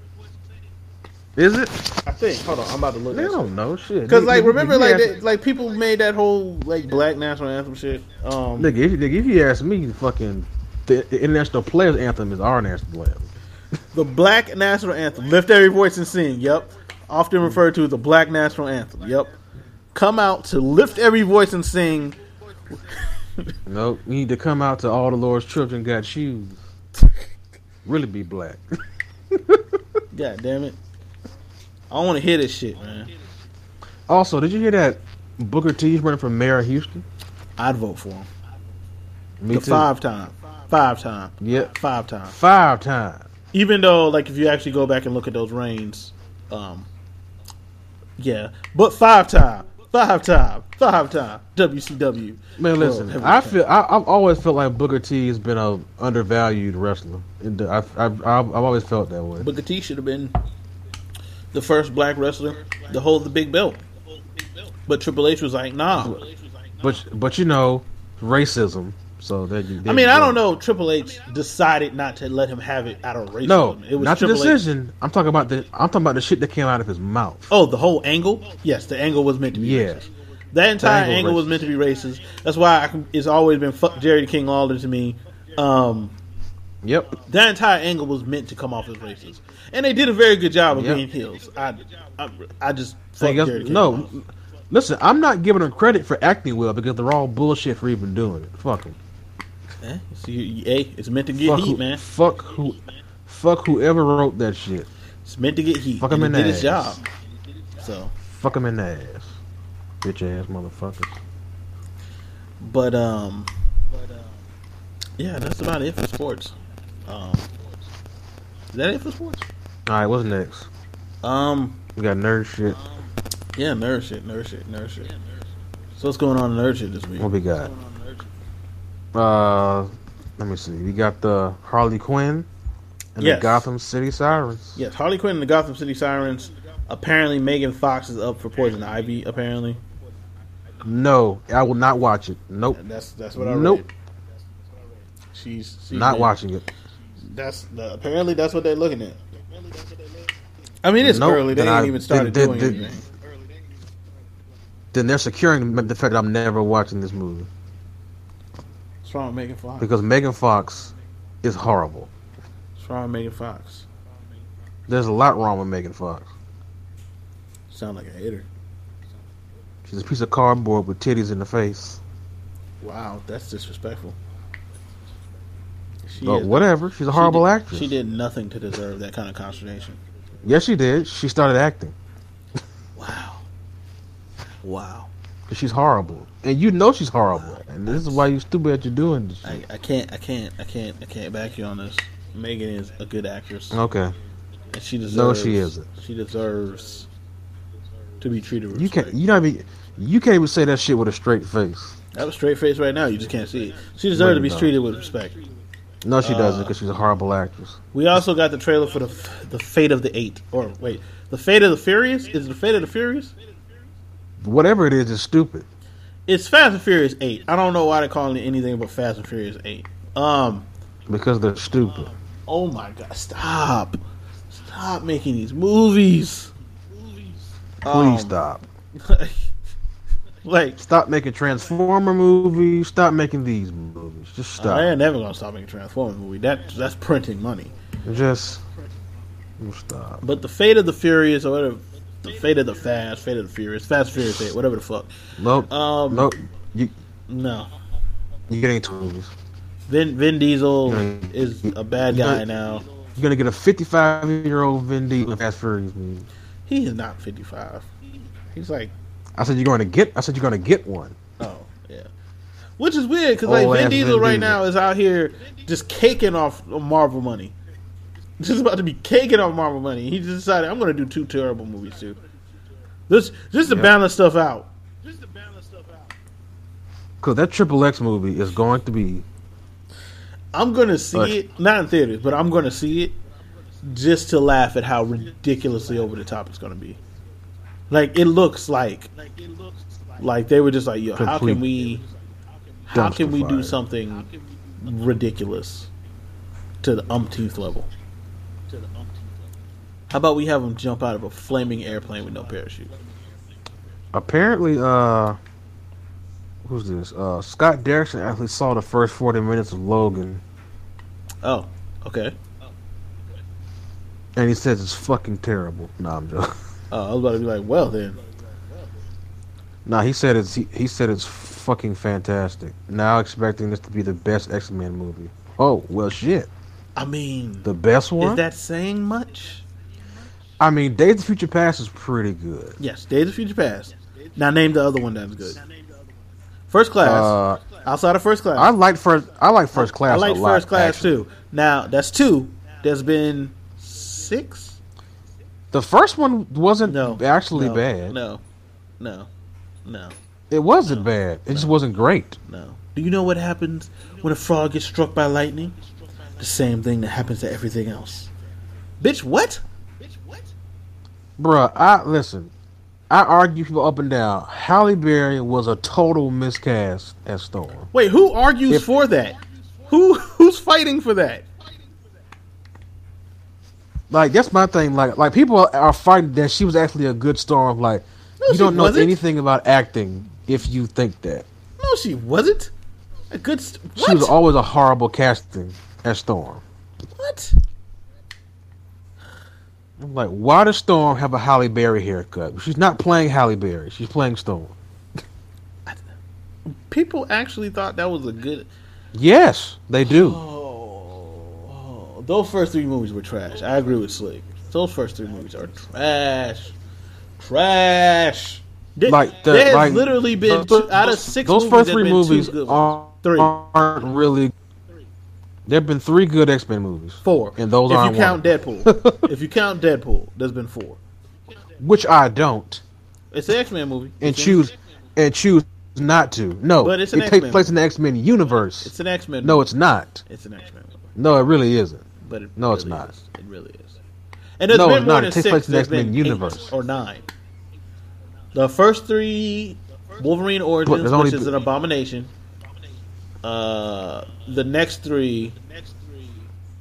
Speaker 3: Is it?
Speaker 2: I think. Hold on, I'm about to look.
Speaker 3: They don't know shit.
Speaker 2: Because
Speaker 3: Nigga,
Speaker 2: like,
Speaker 3: nigga,
Speaker 2: remember
Speaker 3: you
Speaker 2: like
Speaker 3: ask-
Speaker 2: that, like people made that whole like black national anthem shit. Um,
Speaker 3: nigga, if, nigga, if you ask me, fucking the, the international players anthem is our national anthem.
Speaker 2: The Black National Anthem. Lift every voice and sing. Yep. Often referred to as the Black National Anthem. Yep. Come out to lift every voice and sing.
Speaker 3: Nope. You need to come out to all the Lord's children got shoes. Really be black.
Speaker 2: God damn it. I want to hear this shit, man.
Speaker 3: Also, did you hear that Booker T's running for mayor of Houston?
Speaker 2: I'd vote for him.
Speaker 3: Me
Speaker 2: the
Speaker 3: too.
Speaker 2: five time. Five time.
Speaker 3: Yep.
Speaker 2: Five time.
Speaker 3: Five times.
Speaker 2: Even though, like, if you actually go back and look at those reigns, um, yeah. But five time. Five time. Five time. WCW.
Speaker 3: Man,
Speaker 2: Well,
Speaker 3: listen.
Speaker 2: every
Speaker 3: I
Speaker 2: time.
Speaker 3: feel I, I've always felt like Booker T has been a undervalued wrestler. And I, I, I've, I've always felt that way.
Speaker 2: Booker T should have been the first black wrestler to hold the big belt. But Triple H was like, nah.
Speaker 3: But but you know, racism. So that you.
Speaker 2: I mean, I don't know. Triple H decided not to let him have it out of racism.
Speaker 3: No,
Speaker 2: it was
Speaker 3: not the
Speaker 2: Triple H.
Speaker 3: decision. I'm talking about the. I'm talking about the shit that came out of his mouth.
Speaker 2: Oh, the whole angle? Yes, the angle was meant to be
Speaker 3: Yeah.
Speaker 2: racist. That entire
Speaker 3: angle
Speaker 2: angle, was
Speaker 3: was racist.
Speaker 2: meant to be racist. That's why I can, it's always been fuck Jerry King Alden to me. Um,
Speaker 3: Yep.
Speaker 2: that entire angle was meant to come off as racist, and they did a very good job of
Speaker 3: Yeah.
Speaker 2: being heels. I, I, I just fuck
Speaker 3: Like, that's-
Speaker 2: Jerry King
Speaker 3: no.
Speaker 2: Alden.
Speaker 3: Listen, I'm not giving him credit for acting well because they're all bullshit for even doing it. Fuck them.
Speaker 2: Eh, so you- you- hey, it's meant to get
Speaker 3: fuck
Speaker 2: heat,
Speaker 3: who,
Speaker 2: man.
Speaker 3: Fuck who. Fuck whoever wrote that shit.
Speaker 2: It's meant to get heat.
Speaker 3: Fuck him
Speaker 2: and
Speaker 3: in
Speaker 2: it did
Speaker 3: the
Speaker 2: its
Speaker 3: ass.
Speaker 2: job. So,
Speaker 3: Fuck him in the ass. Bitch ass motherfucker.
Speaker 2: but um, yeah, that's about it for sports. Um, is that it for sports?
Speaker 3: All right, what's next?
Speaker 2: Um,
Speaker 3: We got nerd shit.
Speaker 2: yeah, nerd shit, nerd shit, nerd shit. So what's going on in nerd shit this week?
Speaker 3: What we got? Uh, let me see. We got the Harley Quinn and
Speaker 2: Yes.
Speaker 3: the Gotham City Sirens.
Speaker 2: Yes, Harley Quinn and the Gotham City Sirens. Apparently, Megan Fox is up for Poison Ivy. Apparently,
Speaker 3: No, I will not watch it. Nope,
Speaker 2: and that's that's what I read.
Speaker 3: Nope.
Speaker 2: She's she's
Speaker 3: not
Speaker 2: in-
Speaker 3: watching it.
Speaker 4: That's the, apparently that's what they're looking at.
Speaker 2: I mean, it's
Speaker 3: Nope,
Speaker 2: early. They
Speaker 3: then
Speaker 2: ain't
Speaker 3: I-
Speaker 2: even started
Speaker 3: then-
Speaker 2: doing
Speaker 3: then-
Speaker 2: anything.
Speaker 3: Then they're securing the fact that I'm never watching this movie
Speaker 2: What's wrong with Megan Fox?
Speaker 3: because Megan Fox is horrible.
Speaker 2: What's wrong with Megan Fox?
Speaker 3: There's a lot wrong with Megan Fox.
Speaker 2: Sound like a hater.
Speaker 3: She's a piece of cardboard with titties in the face.
Speaker 2: Wow, that's disrespectful. She
Speaker 3: But
Speaker 2: is-
Speaker 3: whatever. She's a
Speaker 2: she
Speaker 3: horrible
Speaker 2: did-
Speaker 3: actress.
Speaker 2: She did nothing to deserve that kind of consternation.
Speaker 3: Yes, she did. She started acting
Speaker 2: Wow. Wow.
Speaker 3: 'cause she's horrible, and you know she's horrible. And this is why you stupid that you're doing this. Shit.
Speaker 2: I, I can't. I can't. I can't. I can't back you on this. Megan is a good actress.
Speaker 3: Okay,
Speaker 2: And she deserves.
Speaker 3: No, she isn't.
Speaker 2: She deserves to be treated with
Speaker 3: you
Speaker 2: respect.
Speaker 3: can't. You know what I mean? You can't even say that shit with a straight face.
Speaker 2: I have a straight face right now. You just can't see it. She deserves to be
Speaker 3: No.
Speaker 2: treated with respect.
Speaker 3: No, she
Speaker 2: Uh,
Speaker 3: doesn't because she's a horrible actress.
Speaker 2: We also got the trailer for the the Fate of the Eight. Or wait, the Fate of the Furious is it the Fate of the Furious.
Speaker 3: Whatever it is, it's stupid.
Speaker 2: It's Fast and Furious Eight. I don't know why they're calling it anything but Fast and Furious Eight. Um.
Speaker 3: Because they're stupid.
Speaker 2: Oh my God! Stop. Stop making these movies.
Speaker 3: Please
Speaker 2: Um,
Speaker 3: stop.
Speaker 2: like
Speaker 3: Stop making Transformer movies. Stop making these movies. Just stop.
Speaker 2: I ain't never gonna stop making Transformers movie. That that's printing money.
Speaker 3: Just just stop.
Speaker 2: But the Fate of the Furious or whatever, the Fate of the Fast, Fate of the Furious, Fast Furious Eight, whatever the fuck.
Speaker 3: Nope.
Speaker 2: Um,
Speaker 3: nope. You
Speaker 2: No,
Speaker 3: you getting two movies.
Speaker 2: Vin Vin Diesel is a bad guy now.
Speaker 3: You're gonna get a 55 year old Vin Diesel in Fast Furious movie.
Speaker 2: He is not fifty five. He's like
Speaker 3: I said you're going to get. I said you're going to get one.
Speaker 2: oh yeah, which is weird because like
Speaker 3: Old
Speaker 2: Vin
Speaker 3: ass
Speaker 2: Diesel
Speaker 3: Vin
Speaker 2: right
Speaker 3: Diesel.
Speaker 2: now is out here just caking off Marvel money. Just about to be caking off Marvel money. He just decided I'm gonna do two terrible movies too. This just to
Speaker 3: Yeah.
Speaker 2: balance stuff out.
Speaker 3: Cause that Triple X movie is going to be.
Speaker 2: I'm gonna see
Speaker 3: Right.
Speaker 2: it, not in theaters, but I'm gonna see it just to laugh at how ridiculously over the top it's gonna be. Like it looks like, like they were just like, yo, how can we, how can we do
Speaker 3: Dumpster fire.
Speaker 2: something ridiculous to the umpteenth level? How about we have them jump out of a flaming airplane with no parachute?
Speaker 3: Apparently, uh, who's this? Uh, Scott Derrickson actually saw the first 40 minutes of Logan,
Speaker 2: Oh, okay.
Speaker 3: and he says it's fucking terrible. Nah, I'm joking.
Speaker 2: Uh, I was about to be like, well then,
Speaker 3: Nah, he said it's he, he said it's fucking fantastic. Now expecting this to be the best X Men movie. Oh well, shit,
Speaker 2: I mean,
Speaker 3: the best
Speaker 2: is
Speaker 3: one.
Speaker 2: that saying much?
Speaker 3: I mean, Days of Future Past is pretty good.
Speaker 2: Yes, Days of Future Past. Now name the other one that's good. First Class.
Speaker 3: Uh,
Speaker 2: outside of First Class.
Speaker 3: I like first I like first class.
Speaker 2: I like
Speaker 3: a lot,
Speaker 2: First Class
Speaker 3: actually.
Speaker 2: too. Now that's two. There's been six.
Speaker 3: The first one wasn't
Speaker 2: No,
Speaker 3: actually
Speaker 2: no,
Speaker 3: bad.
Speaker 2: No, no, no,
Speaker 3: It wasn't bad. It just wasn't great.
Speaker 2: no. Do you know what happens when a frog gets struck by lightning? The same thing that happens to everything else. Bitch, what?
Speaker 3: Bruh, I listen. I argue people up and down. Halle Berry was a total miscast as Storm.
Speaker 2: Wait, who argues
Speaker 3: If-
Speaker 2: for that? Who who's fighting for that?
Speaker 3: Like that's my thing. Like like people are, are fighting that she was actually a good Storm. Like you
Speaker 2: she
Speaker 3: don't know
Speaker 2: wasn't.
Speaker 3: anything about acting if you think that
Speaker 2: No, she wasn't. A good. St- what?
Speaker 3: she was always a horrible casting as Storm.
Speaker 2: what?
Speaker 3: I'm like, why does Storm have a Halle Berry haircut? She's not playing Halle Berry. She's playing Storm.
Speaker 2: people actually thought that was a good.
Speaker 3: Yes, they do.
Speaker 2: Oh, those first three movies were trash. I agree with Slick. Those first three movies are trash, trash. There,
Speaker 3: Like the,
Speaker 2: there has
Speaker 3: like,
Speaker 2: literally been
Speaker 3: those-
Speaker 2: two, out of six.
Speaker 3: Those
Speaker 2: movies,
Speaker 3: first
Speaker 2: there's
Speaker 3: three
Speaker 2: been two
Speaker 3: movies
Speaker 2: good ones.
Speaker 3: aren't,
Speaker 2: Three.
Speaker 3: aren't really. There've been three good X Men movies,
Speaker 2: four.
Speaker 3: and those
Speaker 2: if
Speaker 3: aren't
Speaker 2: you count
Speaker 3: one,
Speaker 2: Deadpool, if you count Deadpool, there's been four.
Speaker 3: which I don't,
Speaker 2: It's an X Men movie.
Speaker 3: and
Speaker 2: It's an-
Speaker 3: choose and choose not to. No,
Speaker 2: But it's an
Speaker 3: it takes
Speaker 2: X-Men
Speaker 3: place in the X Men universe.
Speaker 2: It's an X Men.
Speaker 3: no, it's not.
Speaker 2: it's an X Men movie.
Speaker 3: No, it really isn't.
Speaker 2: But it
Speaker 3: No, it's
Speaker 2: really
Speaker 3: not.
Speaker 2: Is. It really is. And there's
Speaker 3: No,
Speaker 2: been
Speaker 3: it's
Speaker 2: more
Speaker 3: not.
Speaker 2: than
Speaker 3: It takes
Speaker 2: six.
Speaker 3: place in the
Speaker 2: There's been
Speaker 3: X-Men
Speaker 2: eight
Speaker 3: universe.
Speaker 2: or nine. The first three Wolverine
Speaker 3: Look,
Speaker 2: Origins,
Speaker 3: there's only
Speaker 2: which is an
Speaker 3: been-
Speaker 2: abomination. Uh, the next three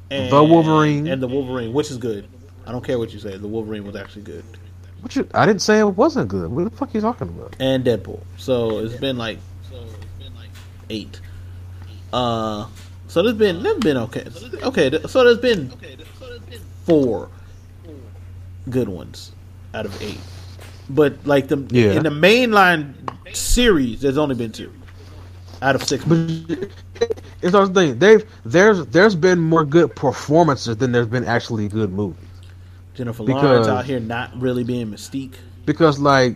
Speaker 2: and
Speaker 3: The Wolverine.
Speaker 2: and the Wolverine, which is good. I don't care what you say. The Wolverine was actually good,
Speaker 3: What you, I didn't say it wasn't good. What the fuck you talking about?
Speaker 2: and Deadpool. So it's been like eight. Uh, so there's been there's been okay, okay. th- So there's been four good ones out of eight, but like the
Speaker 3: Yeah.
Speaker 2: in the mainline series, there's only been two out of six.
Speaker 3: But it's not the thing. They've there's there's been more good performances than there's been actually good movies.
Speaker 2: Jennifer
Speaker 3: because-
Speaker 2: Lawrence out here not really being Mystique.
Speaker 3: Because like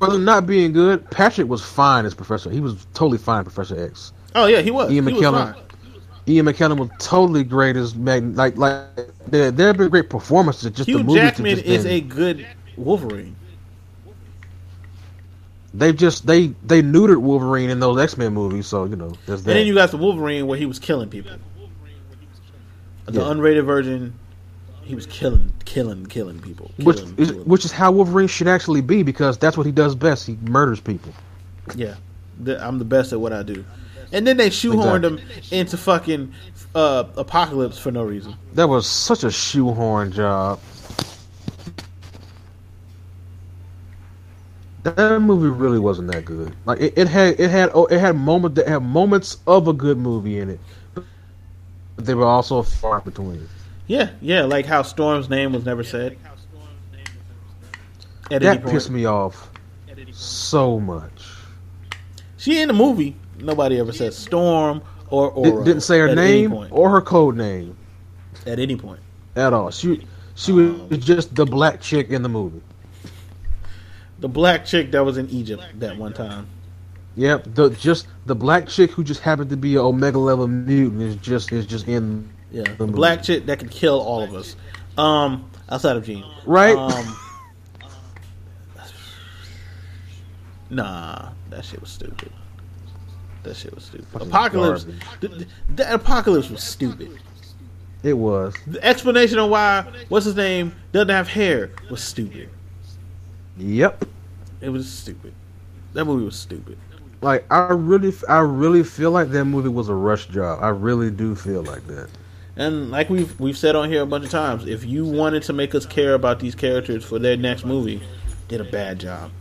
Speaker 3: for them not being good, Patrick was fine as Professor. He was totally fine, as Professor X.
Speaker 2: Oh yeah, he was.
Speaker 3: Ian
Speaker 2: he was
Speaker 3: McKellen.
Speaker 2: fine.
Speaker 3: Ian McKellen was totally great as Mag- like like there there have been great performances. Just the
Speaker 2: Hugh
Speaker 3: movies have
Speaker 2: Jackman
Speaker 3: just
Speaker 2: is
Speaker 3: been-
Speaker 2: a good Wolverine.
Speaker 3: they just they they neutered Wolverine in those X Men movies, so you know there's that.
Speaker 2: And then you got the Wolverine where he was killing people. The
Speaker 3: Yeah.
Speaker 2: unrated version, he was killing, killing, killing people.
Speaker 3: which
Speaker 2: Killing,
Speaker 3: is,
Speaker 2: killing.
Speaker 3: which is how Wolverine should actually be because that's what he does best. He murders people.
Speaker 2: yeah, The- I'm the best at what I do. And then they shoehorned him into fucking uh, apocalypse for no reason.
Speaker 3: That was such a shoehorn job. That movie really wasn't that good. Like it, it had it had oh, it had moment that had moments of a good movie in it. But they were also far between.
Speaker 2: Yeah, yeah, like how Storm's name was never said. At any
Speaker 3: That
Speaker 2: point.
Speaker 3: pissed me off so much.
Speaker 2: She in the movie. Nobody ever said Storm or
Speaker 3: Di-
Speaker 2: Aura.
Speaker 3: didn't say her
Speaker 2: at any
Speaker 3: name
Speaker 2: point.
Speaker 3: or her code name
Speaker 2: at any point.
Speaker 3: at all. She she
Speaker 2: Um,
Speaker 3: was just the black chick in the movie.
Speaker 2: The black chick that was in Egypt that one time.
Speaker 3: Yep, the just the black chick who just happened to be an omega level mutant is just is just in
Speaker 2: Yeah, the
Speaker 3: The movie.
Speaker 2: black chick that could kill all of us. Um, outside of Gene,
Speaker 3: right.
Speaker 2: Um, nah, that shit was stupid. That shit was stupid.
Speaker 3: Fucking
Speaker 2: Apocalypse.
Speaker 3: garbage.
Speaker 2: th- th- The apocalypse was stupid.
Speaker 3: it was.
Speaker 2: The explanation of why what's his name doesn't have hair was stupid.
Speaker 3: Yep.
Speaker 2: It was stupid. That movie was stupid.
Speaker 3: Like I really I really feel like that movie was a rush job. I really do feel like that.
Speaker 2: And like we've we've said on here a bunch of times, if you wanted to make us care about these characters for their next movie, did a bad job.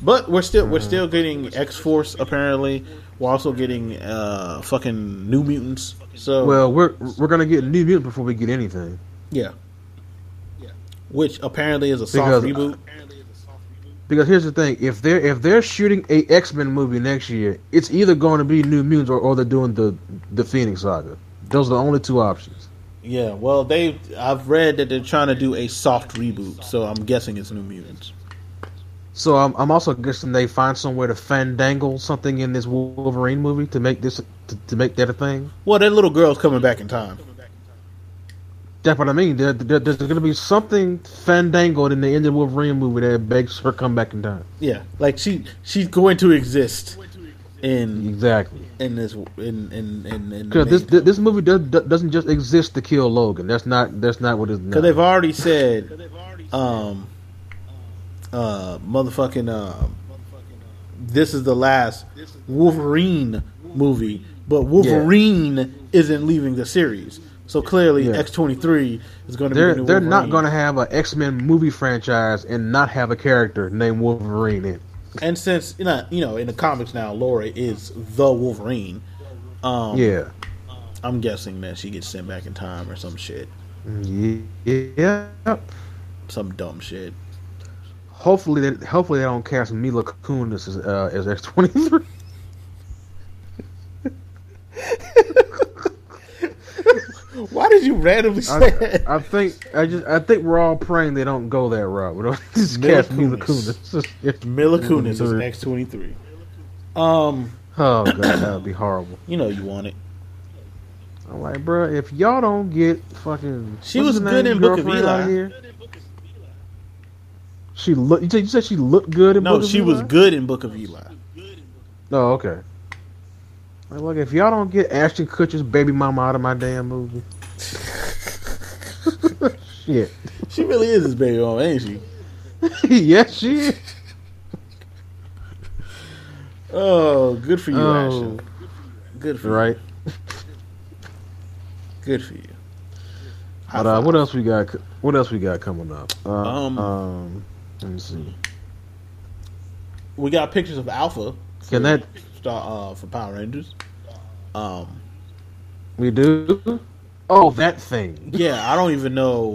Speaker 2: But we're still we're still getting X Force apparently. We're also getting uh fucking New Mutants. So
Speaker 3: Well, we're we're gonna get new mutant before we get anything.
Speaker 2: yeah, which apparently is a
Speaker 3: Because-
Speaker 2: soft reboot.
Speaker 3: Because here's the thing: if they're if they're shooting a X Men movie next year, it's either going to be New Mutants or, or they're doing the the Phoenix Saga. Those are the only two options.
Speaker 2: Yeah, well they I've read that they're trying to do a soft reboot, so I'm guessing it's New Mutants.
Speaker 3: So I'm I'm also guessing they find somewhere to fandangle something in this Wolverine movie to make this to, to make that a thing.
Speaker 2: Well, that little girl's coming back in time.
Speaker 3: That's what I mean. There, there- there's going to be something fandangled in the end of Wolverine movie that makes her come back in time.
Speaker 2: Yeah, like she she's going to exist in
Speaker 3: Exactly.
Speaker 2: in this in in in, in
Speaker 3: Because this this movie does, doesn't just exist to kill Logan. That's not that's not what it's.
Speaker 2: because they've already said um uh motherfucking um
Speaker 3: uh,
Speaker 2: this is the last Wolverine movie, but Wolverine isn't leaving the series. So clearly,
Speaker 3: Yeah.
Speaker 2: X twenty three is going to be
Speaker 3: They're
Speaker 2: the new
Speaker 3: they're
Speaker 2: Wolverine.
Speaker 3: not going to have an X Men movie franchise and not have a character named Wolverine in. it.
Speaker 2: And since you know, you know, in the comics now, Laura is the Wolverine. Um,
Speaker 3: Yeah.
Speaker 2: I'm guessing that she gets sent back in time or some shit,
Speaker 3: Yeah.
Speaker 2: some dumb shit.
Speaker 3: Hopefully, they, hopefully they don't cast Mila Kunis as, uh, as X twenty three.
Speaker 2: Why did you randomly say
Speaker 3: I,
Speaker 2: that?
Speaker 3: I think I just I think we're all praying they don't go that route. We don't just
Speaker 2: Mila
Speaker 3: cast Mila
Speaker 2: Kunis.
Speaker 3: Kunis.
Speaker 2: Mila Kunis is
Speaker 3: Mhm.
Speaker 2: X twenty three. Um,
Speaker 3: Oh god, that would be horrible.
Speaker 2: you know you want it.
Speaker 3: I'm like, bro, if y'all don't get fucking,
Speaker 2: She
Speaker 3: what's
Speaker 2: was
Speaker 3: her
Speaker 2: good
Speaker 3: name,
Speaker 2: in Book of
Speaker 3: girlfriend out
Speaker 2: Eli.
Speaker 3: here? She looked. You, said- you said she looked good in
Speaker 2: No,
Speaker 3: Book of
Speaker 2: she was
Speaker 3: Eli?
Speaker 2: good in Book of Eli.
Speaker 3: Oh, okay. Like, look, if y'all don't get Ashton Kutcher's baby mama out of my damn movie, shit.
Speaker 2: She really is his baby mama, ain't she?
Speaker 3: yes, she is.
Speaker 2: Oh, good for you,
Speaker 3: Oh.
Speaker 2: Ashton. Good for you.
Speaker 3: Right.
Speaker 2: Good for you.
Speaker 3: But uh, what else we got? c- What else we got coming up? Uh,
Speaker 2: Um,
Speaker 3: um, let me see.
Speaker 2: We got pictures of Alpha. for-
Speaker 3: Can that
Speaker 2: uh, for Power Rangers? Um,
Speaker 3: we do? Oh, that thing.
Speaker 2: yeah, I don't even know.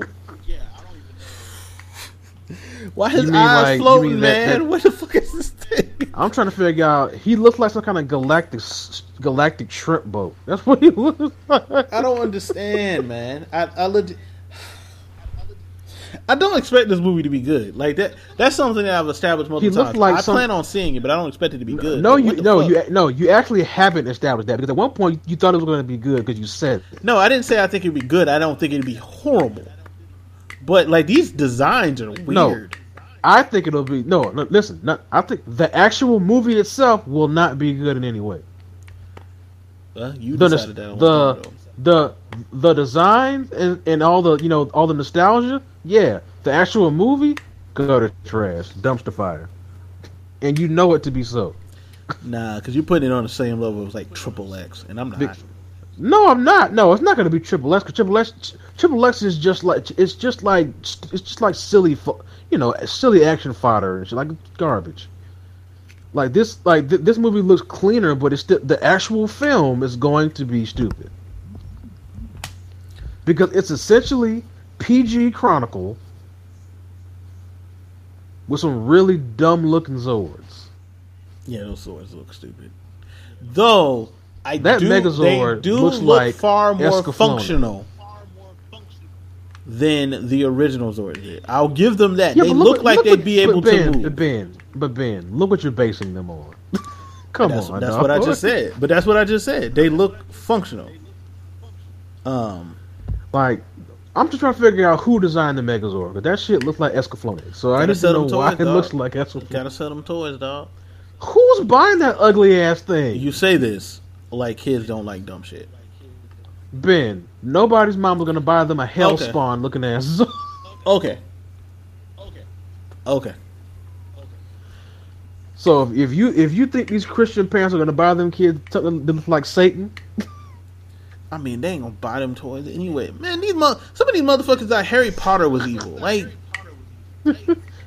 Speaker 2: Why
Speaker 3: You
Speaker 2: his
Speaker 3: mean
Speaker 2: eyes
Speaker 3: like- you
Speaker 2: floating,
Speaker 3: mean that-
Speaker 2: man?
Speaker 3: that-
Speaker 2: What the fuck is this thing?
Speaker 3: I'm trying to figure out. He looks like some kind of galactic s- galactic shrimp boat. That's what he looks like.
Speaker 2: I don't understand, man. I I legit. I don't expect this movie to be good. Like that. That's something that I've established multiple
Speaker 3: He looked
Speaker 2: times.
Speaker 3: like
Speaker 2: I
Speaker 3: some-
Speaker 2: plan on seeing it, but I don't expect it to be good.
Speaker 3: No,
Speaker 2: Like,
Speaker 3: you
Speaker 2: what the
Speaker 3: no
Speaker 2: fuck?
Speaker 3: you no you actually haven't established that because at one point you thought it was going to be good because you said it.
Speaker 2: No, I didn't say I think it'd be good. I don't think it'd be horrible. But like these designs are weird.
Speaker 3: No. I think it'll be no. no listen, not, I think the actual movie itself will not be good in any way.
Speaker 2: Well, you
Speaker 3: the
Speaker 2: decided that. on Star
Speaker 3: the-
Speaker 2: Wars.
Speaker 3: the the design and, and all the you know all the nostalgia yeah the actual movie go to trash dumpster fire and you know it to be so
Speaker 2: Nah, because you're putting it on the same level as like triple X, and I'm
Speaker 3: Big-
Speaker 2: not.
Speaker 3: no i'm not no it's not going to be triple x because triple x triple x is just like it's just like it's just like silly fu- you know silly action fodder and shit like garbage like this like th- this movie looks cleaner but it's still the actual film is going to be stupid because it's essentially PG Chronicle with some really dumb looking Zords.
Speaker 2: Yeah, those swords look stupid. Though I
Speaker 3: That
Speaker 2: do,
Speaker 3: Megazord
Speaker 2: they do
Speaker 3: looks
Speaker 2: look
Speaker 3: like
Speaker 2: far more
Speaker 3: Escaflowne.
Speaker 2: functional than the original Zord did. I'll give them that. they
Speaker 3: but
Speaker 2: look,
Speaker 3: what-
Speaker 2: like
Speaker 3: what-
Speaker 2: they'd be able
Speaker 3: but ben,
Speaker 2: to move.
Speaker 3: But Ben, but Ben, look what you're basing them on. Come
Speaker 2: That's,
Speaker 3: on,
Speaker 2: that's
Speaker 3: dog.
Speaker 2: what I just said. But that's what I just said. They look functional. Um,
Speaker 3: Like, I'm just trying to figure out who designed the Megazord, but that shit looked like Escaflowne. So I
Speaker 2: Gotta
Speaker 3: didn't
Speaker 2: sell
Speaker 3: know
Speaker 2: them
Speaker 3: why
Speaker 2: toys,
Speaker 3: it
Speaker 2: dog.
Speaker 3: looks like Escaflowne.
Speaker 2: gotta sell them toys, dog.
Speaker 3: Who's buying that ugly ass thing?
Speaker 2: You say this like kids don't like dumb shit.
Speaker 3: ben, nobody's mom was gonna buy them a Hellspawn looking ass. Zord.
Speaker 2: Okay. Okay.
Speaker 3: So if, if you if you think these Christian parents are gonna buy them kids something that looks like Satan,
Speaker 2: I mean, they ain't gonna buy them toys anyway. Man, these mo- some of these motherfuckers thought Harry Potter was evil. Like,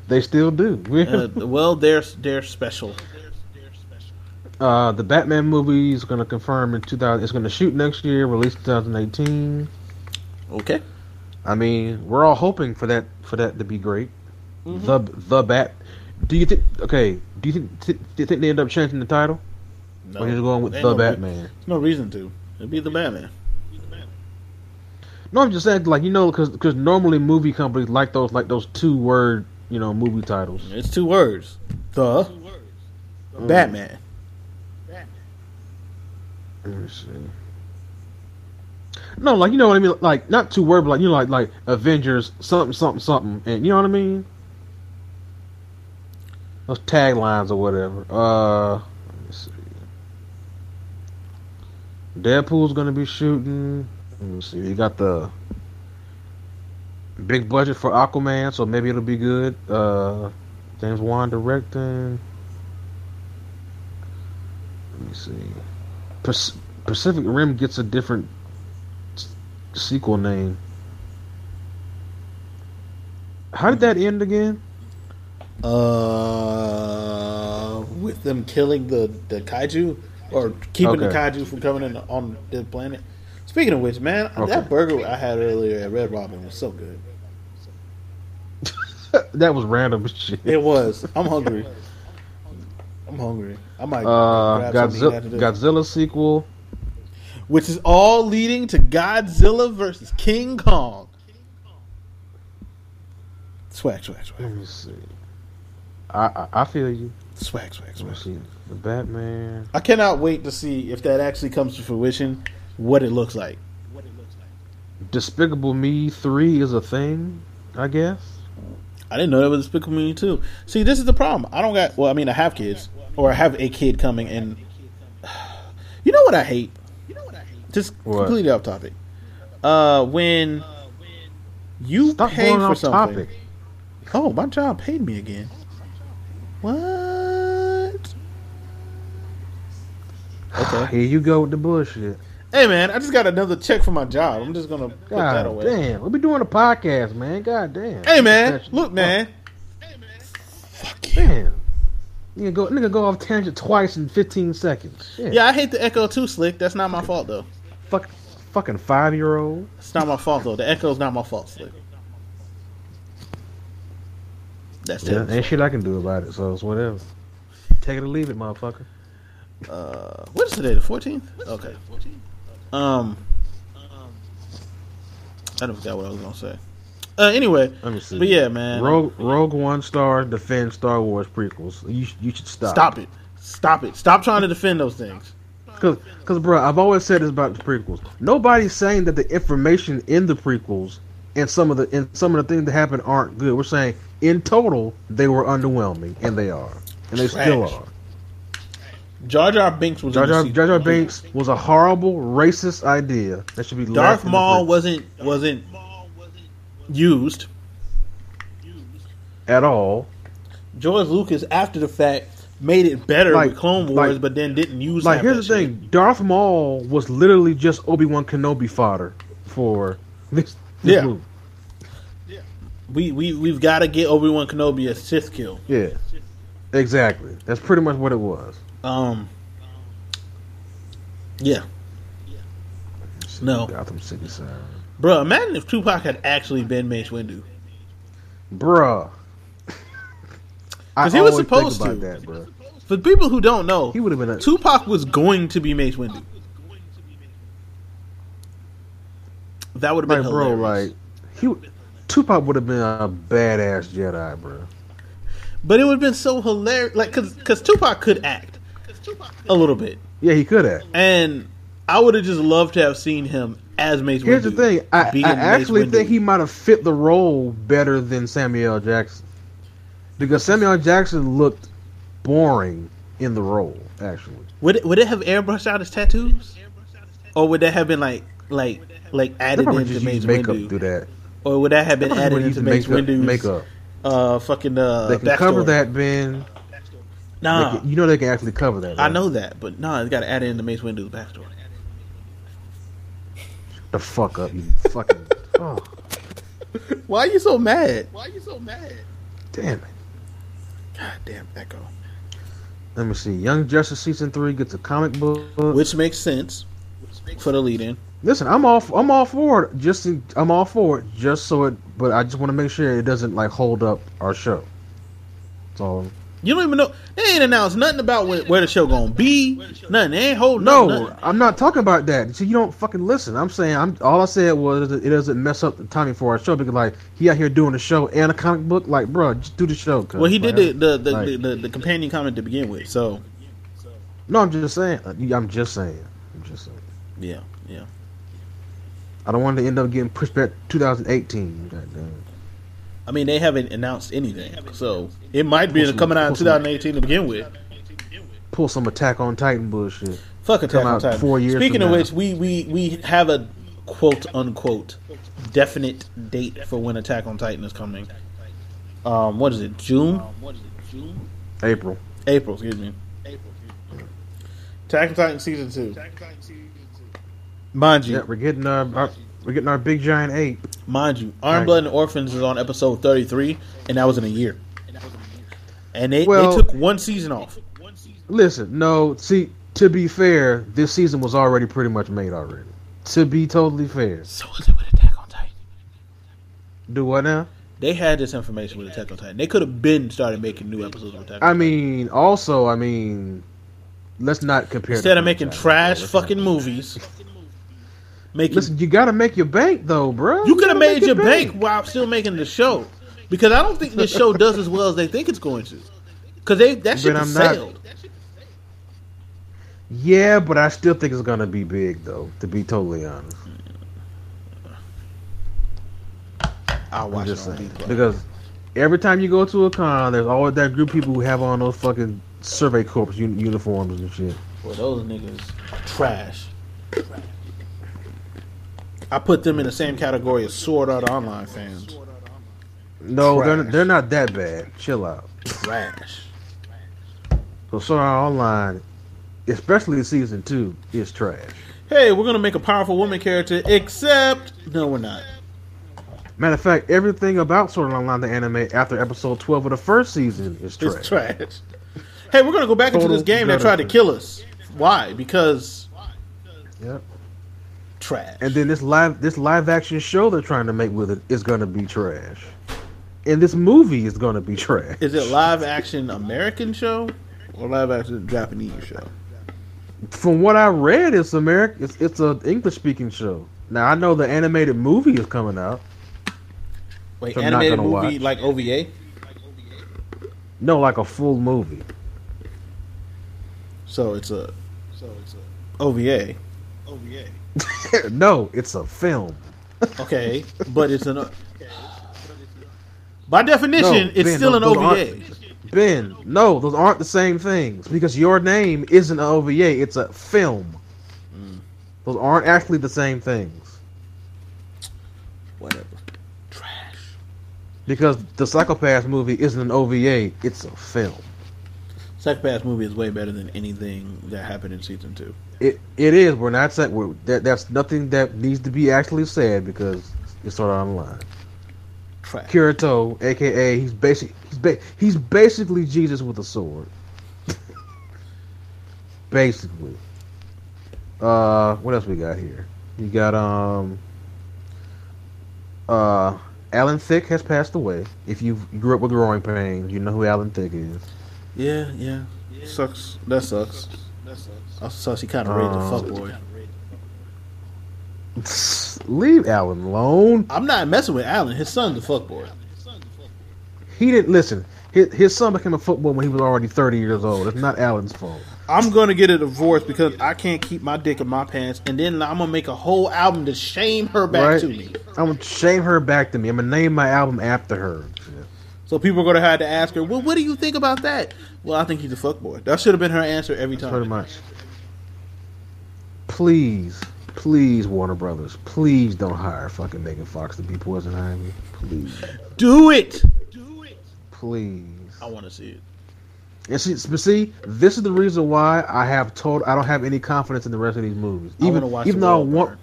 Speaker 3: they still do.
Speaker 2: uh, well, they're they're special.
Speaker 3: Uh, the Batman movie is gonna confirm in 2000. It's gonna shoot next year, release 2018.
Speaker 2: Okay.
Speaker 3: I mean, we're all hoping for that for that to be great.
Speaker 2: Mm-hmm.
Speaker 3: The the Bat. Do you think? Okay. Do you think? Th- do you think they end up changing the title?
Speaker 2: No,
Speaker 3: Or you're going with
Speaker 2: They
Speaker 3: the
Speaker 2: ain't no re-
Speaker 3: Batman?
Speaker 2: There's no reason to. It'd be the Batman.
Speaker 3: No, I'm just saying, like you know, because normally movie companies like those like those two word you know movie titles.
Speaker 2: It's two words. The Batman.
Speaker 3: Let me see. No, like you know what I mean. Like not two word, but like you know, like like Avengers something something something, and you know what I mean. Those taglines or whatever. Uh, let me see. Deadpool's gonna be shooting. Let me see. You got the big budget for Aquaman, so maybe it'll be good. Uh, James Wan directing. Let me see. Pac- Pacific Rim gets a different s- sequel name. How did that end again?
Speaker 2: Uh, with them killing the the kaiju or keeping the
Speaker 3: Okay.
Speaker 2: kaiju from coming in on the planet. Speaking of which, man,
Speaker 3: Okay.
Speaker 2: that burger I had earlier at Red Robin was so good.
Speaker 3: That was random as shit.
Speaker 2: It was. I'm hungry. I'm hungry. I might
Speaker 3: Uh,
Speaker 2: grab something to eat
Speaker 3: Godzilla,
Speaker 2: after this.
Speaker 3: Godzilla sequel.
Speaker 2: which is all leading to Godzilla versus King Kong. Swag, swag,
Speaker 3: Let
Speaker 2: swag,
Speaker 3: me see. I I, I feel you.
Speaker 2: swag, swag,
Speaker 3: Let me
Speaker 2: swag.
Speaker 3: see. The Batman.
Speaker 2: I cannot wait to see if that actually comes to fruition. What it looks like.
Speaker 3: Despicable Me three is a thing, I guess.
Speaker 2: I didn't know that was Despicable Me too. See, this is the problem. I don't got. Well, I mean, I have kids, or I have a kid coming, and you know what I hate. Just
Speaker 3: What?
Speaker 2: completely off topic. Uh, when you
Speaker 3: Stop
Speaker 2: pay
Speaker 3: going
Speaker 2: for
Speaker 3: off
Speaker 2: something.
Speaker 3: topic.
Speaker 2: Oh, my job paid me again. What? Okay.
Speaker 3: Ah, Here you go with the bullshit.
Speaker 2: Hey man, I just got another check for my job. I'm just gonna put that
Speaker 3: God
Speaker 2: away.
Speaker 3: damn, we be doing a podcast, man. God damn.
Speaker 2: Hey man, look man,
Speaker 3: damn. Nigga go, nigga go off tangent twice in 15 seconds. Shit.
Speaker 2: Yeah, I hate the echo too, Slick. That's not my fault though.
Speaker 3: Fuck, fucking five year old.
Speaker 2: It's not my fault though. The echo's not my fault, Slick. That's
Speaker 3: Yeah,
Speaker 2: it.
Speaker 3: ain't shit I can do about it, so it's whatever. Take it or leave it, motherfucker.
Speaker 2: Uh, what is today? The 14th? Okay. Um, I don't forgot what I was gonna say. Uh, anyway,
Speaker 3: Let me see.
Speaker 2: but yeah, man,
Speaker 3: Rogue, Rogue One star defend Star Wars prequels. You sh- you should stop.
Speaker 2: stop it, stop it, stop trying to defend those things.
Speaker 3: Cause, cause, bro, I've always said this about the prequels. Nobody's saying that the information in the prequels and some of the and some of the things that happened aren't good. We're saying in total they were underwhelming, and they are, and they still
Speaker 2: Trash.
Speaker 3: are.
Speaker 2: Jar Jar Binks was
Speaker 3: Jar
Speaker 2: in the
Speaker 3: Jar,
Speaker 2: sequel.
Speaker 3: Jar Jar Binks was a horrible racist idea that should be. left
Speaker 2: Darth
Speaker 3: in the
Speaker 2: Maul
Speaker 3: prequels.
Speaker 2: wasn't wasn't used.
Speaker 3: at all.
Speaker 2: George Lucas, after the fact, made it better
Speaker 3: Like-
Speaker 2: with Clone Wars,
Speaker 3: like-
Speaker 2: but then didn't use.
Speaker 3: Like
Speaker 2: half
Speaker 3: here's the
Speaker 2: that shit.
Speaker 3: thing: Darth Maul was literally just Obi Wan Kenobi fodder for this, this
Speaker 2: Yeah.
Speaker 3: movie.
Speaker 2: We we we've got to get Obi Wan Kenobi a Sith kill.
Speaker 3: Yeah, exactly. That's pretty much what it was.
Speaker 2: Um. Yeah, No.
Speaker 3: Gotham City Siren.
Speaker 2: bro. Imagine if Tupac had actually been Mace Windu.
Speaker 3: bruh. I
Speaker 2: 'Cause he was
Speaker 3: always think
Speaker 2: supposed
Speaker 3: about
Speaker 2: to.
Speaker 3: that, bruh.
Speaker 2: For people who don't know,
Speaker 3: He would have been a
Speaker 2: Tupac was going to be Mace Windu. That would have
Speaker 3: like,
Speaker 2: been
Speaker 3: bro,
Speaker 2: hilarious.
Speaker 3: like he would- Tupac would have been a badass Jedi, bruh.
Speaker 2: but it would have been so hilarious, like, cause, cause Tupac could act a little bit,
Speaker 3: Yeah, he could have.
Speaker 2: and I would have just loved to have seen him as Mace
Speaker 3: Here's
Speaker 2: Windu.
Speaker 3: the thing: I,
Speaker 2: being
Speaker 3: I
Speaker 2: Mace
Speaker 3: actually
Speaker 2: Windu.
Speaker 3: think he might have fit the role better than Samuel L. Jackson because Samuel L. Jackson looked boring in the role. Actually,
Speaker 2: would it, would it have airbrushed out his tattoos, or would that have been like like like
Speaker 3: they
Speaker 2: added
Speaker 3: probably
Speaker 2: into
Speaker 3: just
Speaker 2: Mace
Speaker 3: used makeup to
Speaker 2: Windu,
Speaker 3: do that.
Speaker 2: or would that have
Speaker 3: They
Speaker 2: been
Speaker 3: probably
Speaker 2: added
Speaker 3: would've
Speaker 2: into
Speaker 3: used
Speaker 2: Mace
Speaker 3: makeup,
Speaker 2: Windu's
Speaker 3: makeup.
Speaker 2: uh fucking uh
Speaker 3: They can cover
Speaker 2: backstory?
Speaker 3: that, Ben. They
Speaker 2: Nah,
Speaker 3: can- you know they can actually cover that.
Speaker 2: I
Speaker 3: right?
Speaker 2: know that, but nah, it's got to add it into Mace Windu's backstory.
Speaker 3: the fuck up, you fucking. Oh,
Speaker 2: Why are you so mad?
Speaker 3: damn it.
Speaker 2: God damn Echo.
Speaker 3: Let me see. Young Justice season three gets a comic book.
Speaker 2: Which makes sense for the lead-in.
Speaker 3: Listen, I'm all I'm all for it. Just in, I'm all for it. Just so it, but I just want to make sure it doesn't like hold up our show. That's all.
Speaker 2: You don't even know. They ain't announced nothing about where, where the show gonna be. Nothing. They ain't holding up
Speaker 3: No,
Speaker 2: nothing.
Speaker 3: I'm not talking about that. See, you don't fucking listen. I'm saying I'm all I said was that it doesn't mess up the timing for our show because like he out here doing a show and a comic book. Like, bro, just do the show. cuz.
Speaker 2: Well, he did the
Speaker 3: Like,
Speaker 2: the the,
Speaker 3: like-
Speaker 2: the, the the companion comment to begin with. So
Speaker 3: No, I'm just saying. uh, I'm just saying. I'm just saying.
Speaker 2: yeah, yeah.
Speaker 3: I don't want it to end up getting pushed back 2018. Goddamn.
Speaker 2: I mean, they haven't announced anything, so it might be coming out in
Speaker 3: Pull some-
Speaker 2: 2018 to begin with.
Speaker 3: Pull some Attack on Titan bullshit.
Speaker 2: Fuck Attack
Speaker 3: Come
Speaker 2: on
Speaker 3: out
Speaker 2: Titan.
Speaker 3: four years
Speaker 2: Speaking
Speaker 3: from
Speaker 2: of
Speaker 3: now.
Speaker 2: which, we, we we have a quote unquote definite date for when Attack on Titan is coming. Um, what is it? June,
Speaker 3: April.
Speaker 2: April? Excuse me.
Speaker 5: Attack on Titan season two.
Speaker 2: Mind you,
Speaker 3: Yeah, we're getting our, our we're getting our big giant ape.
Speaker 2: mind you, Iron
Speaker 3: Right.
Speaker 2: Blood and Orphans is on episode 33, and that was in a year. And they,
Speaker 3: Well-
Speaker 2: they took one season off.
Speaker 3: Listen, no, see, to be fair, this season was already pretty much made already. To be totally fair,
Speaker 2: So was it with Attack on Titan?
Speaker 3: do what now?
Speaker 2: They had this information with Attack on Titan. They could have been started making new episodes of Attack on
Speaker 3: I mean, also, I mean, let's not compare.
Speaker 2: Instead
Speaker 3: the
Speaker 2: of making
Speaker 3: franchise,
Speaker 2: trash
Speaker 3: bro. Let's
Speaker 2: fucking
Speaker 3: not-
Speaker 2: movies, making
Speaker 3: Listen, you gotta make your bank though, bro.
Speaker 2: you could have
Speaker 3: gotta
Speaker 2: made
Speaker 3: make
Speaker 2: your bank. while still making the show, because I don't think this show does as well as they think it's going to. Because they that shit
Speaker 3: But
Speaker 2: is
Speaker 3: I'm not-
Speaker 2: sailed.
Speaker 3: Yeah, but I still think it's gonna be big though. To be totally honest,
Speaker 2: I
Speaker 3: I'm
Speaker 2: watch
Speaker 3: just
Speaker 2: it on
Speaker 3: saying
Speaker 2: replay.
Speaker 3: because every time you go to a con, there's always that group of people who have on those fucking Survey Corps un- uniforms and shit.
Speaker 2: Well, those niggas trash. I put them in the same category as Sword Art Online fans.
Speaker 3: No, they're,
Speaker 2: Trash.
Speaker 3: they're not that bad. Chill out.
Speaker 2: Trash.
Speaker 3: So Sword Art Online, especially season two, is trash.
Speaker 2: hey, we're gonna make a powerful woman character, except no, we're not.
Speaker 3: Matter of fact, everything about Sword Art Online the anime after episode twelve of the first season is trash.
Speaker 2: It's trash. Hey, we're gonna go back into
Speaker 3: Total
Speaker 2: this game that tried to
Speaker 3: gutter.
Speaker 2: kill us. Why? Because
Speaker 3: Yep.
Speaker 2: trash.
Speaker 3: And then this live this live action show they're trying to make with it is gonna be trash. And this movie is gonna be trash.
Speaker 2: Is it live action American show or live action Japanese show?
Speaker 3: From what I read, it's American. It's it's an English speaking show. Now I know the animated movie is coming out.
Speaker 2: Wait,
Speaker 3: I'm not
Speaker 2: animated
Speaker 3: gonna
Speaker 2: movie
Speaker 3: watch.
Speaker 2: like OVA?
Speaker 3: No, like a full movie.
Speaker 2: So it's a, so it's a OVA.
Speaker 4: oh,
Speaker 2: OVA.
Speaker 3: no, it's a film.
Speaker 2: Okay, but it's an. By definition,
Speaker 3: No,
Speaker 2: it's
Speaker 3: Ben,
Speaker 2: still
Speaker 3: those-
Speaker 2: an
Speaker 3: those aren't-
Speaker 2: OVA.
Speaker 3: Ben, no, those aren't the same things because your name isn't an OVA. It's a film. Those aren't actually the same things
Speaker 2: Whatever. Trash.
Speaker 3: because the Psychopath movie isn't an OVA. It's a film.
Speaker 2: Psychopath movie is way better than anything that happened in season two.
Speaker 3: It it is. We're not saying we're, that. That's nothing that needs to be actually said because it's sort of online.
Speaker 2: Trash.
Speaker 3: Kirito, aka he's basic. He's ba- he's basically Jesus with a sword. basically. Uh, what else we got here? You got um. Uh, Alan Thicke has passed away. If you grew up with growing pains, you know who Alan Thicke is.
Speaker 2: Yeah, yeah. Sucks. That sucks. That sucks. He kind of raised
Speaker 3: Um,
Speaker 2: a fuckboy.
Speaker 3: Leave Alan alone.
Speaker 2: I'm not messing with Alan. His son's a fuckboy.
Speaker 3: He didn't listen. His, his son became a football when he was already thirty years old. It's not Alan's fault.
Speaker 2: I'm gonna get a divorce because I can't keep my dick in my pants, and then I'm gonna make a whole album to shame her back
Speaker 3: Right.
Speaker 2: to me.
Speaker 3: I'm gonna shame her back to me. I'm gonna name my album after her.
Speaker 2: So people are gonna have to ask her, "Well, what do you think about that?" Well, I think he's a fuckboy. That should have been her answer every
Speaker 3: Pretty
Speaker 2: time.
Speaker 3: much. Please, please, Warner Brothers, please don't hire fucking Megan Fox to be Poison Ivy. Please,
Speaker 2: Do it.
Speaker 3: please.
Speaker 2: I want to see it.
Speaker 3: And see, but see, this is the reason why I have told I don't have any confidence in the rest of these movies.
Speaker 2: I
Speaker 3: Even
Speaker 2: wanna watch
Speaker 3: even
Speaker 2: the
Speaker 3: though I
Speaker 2: world
Speaker 3: want
Speaker 2: burn.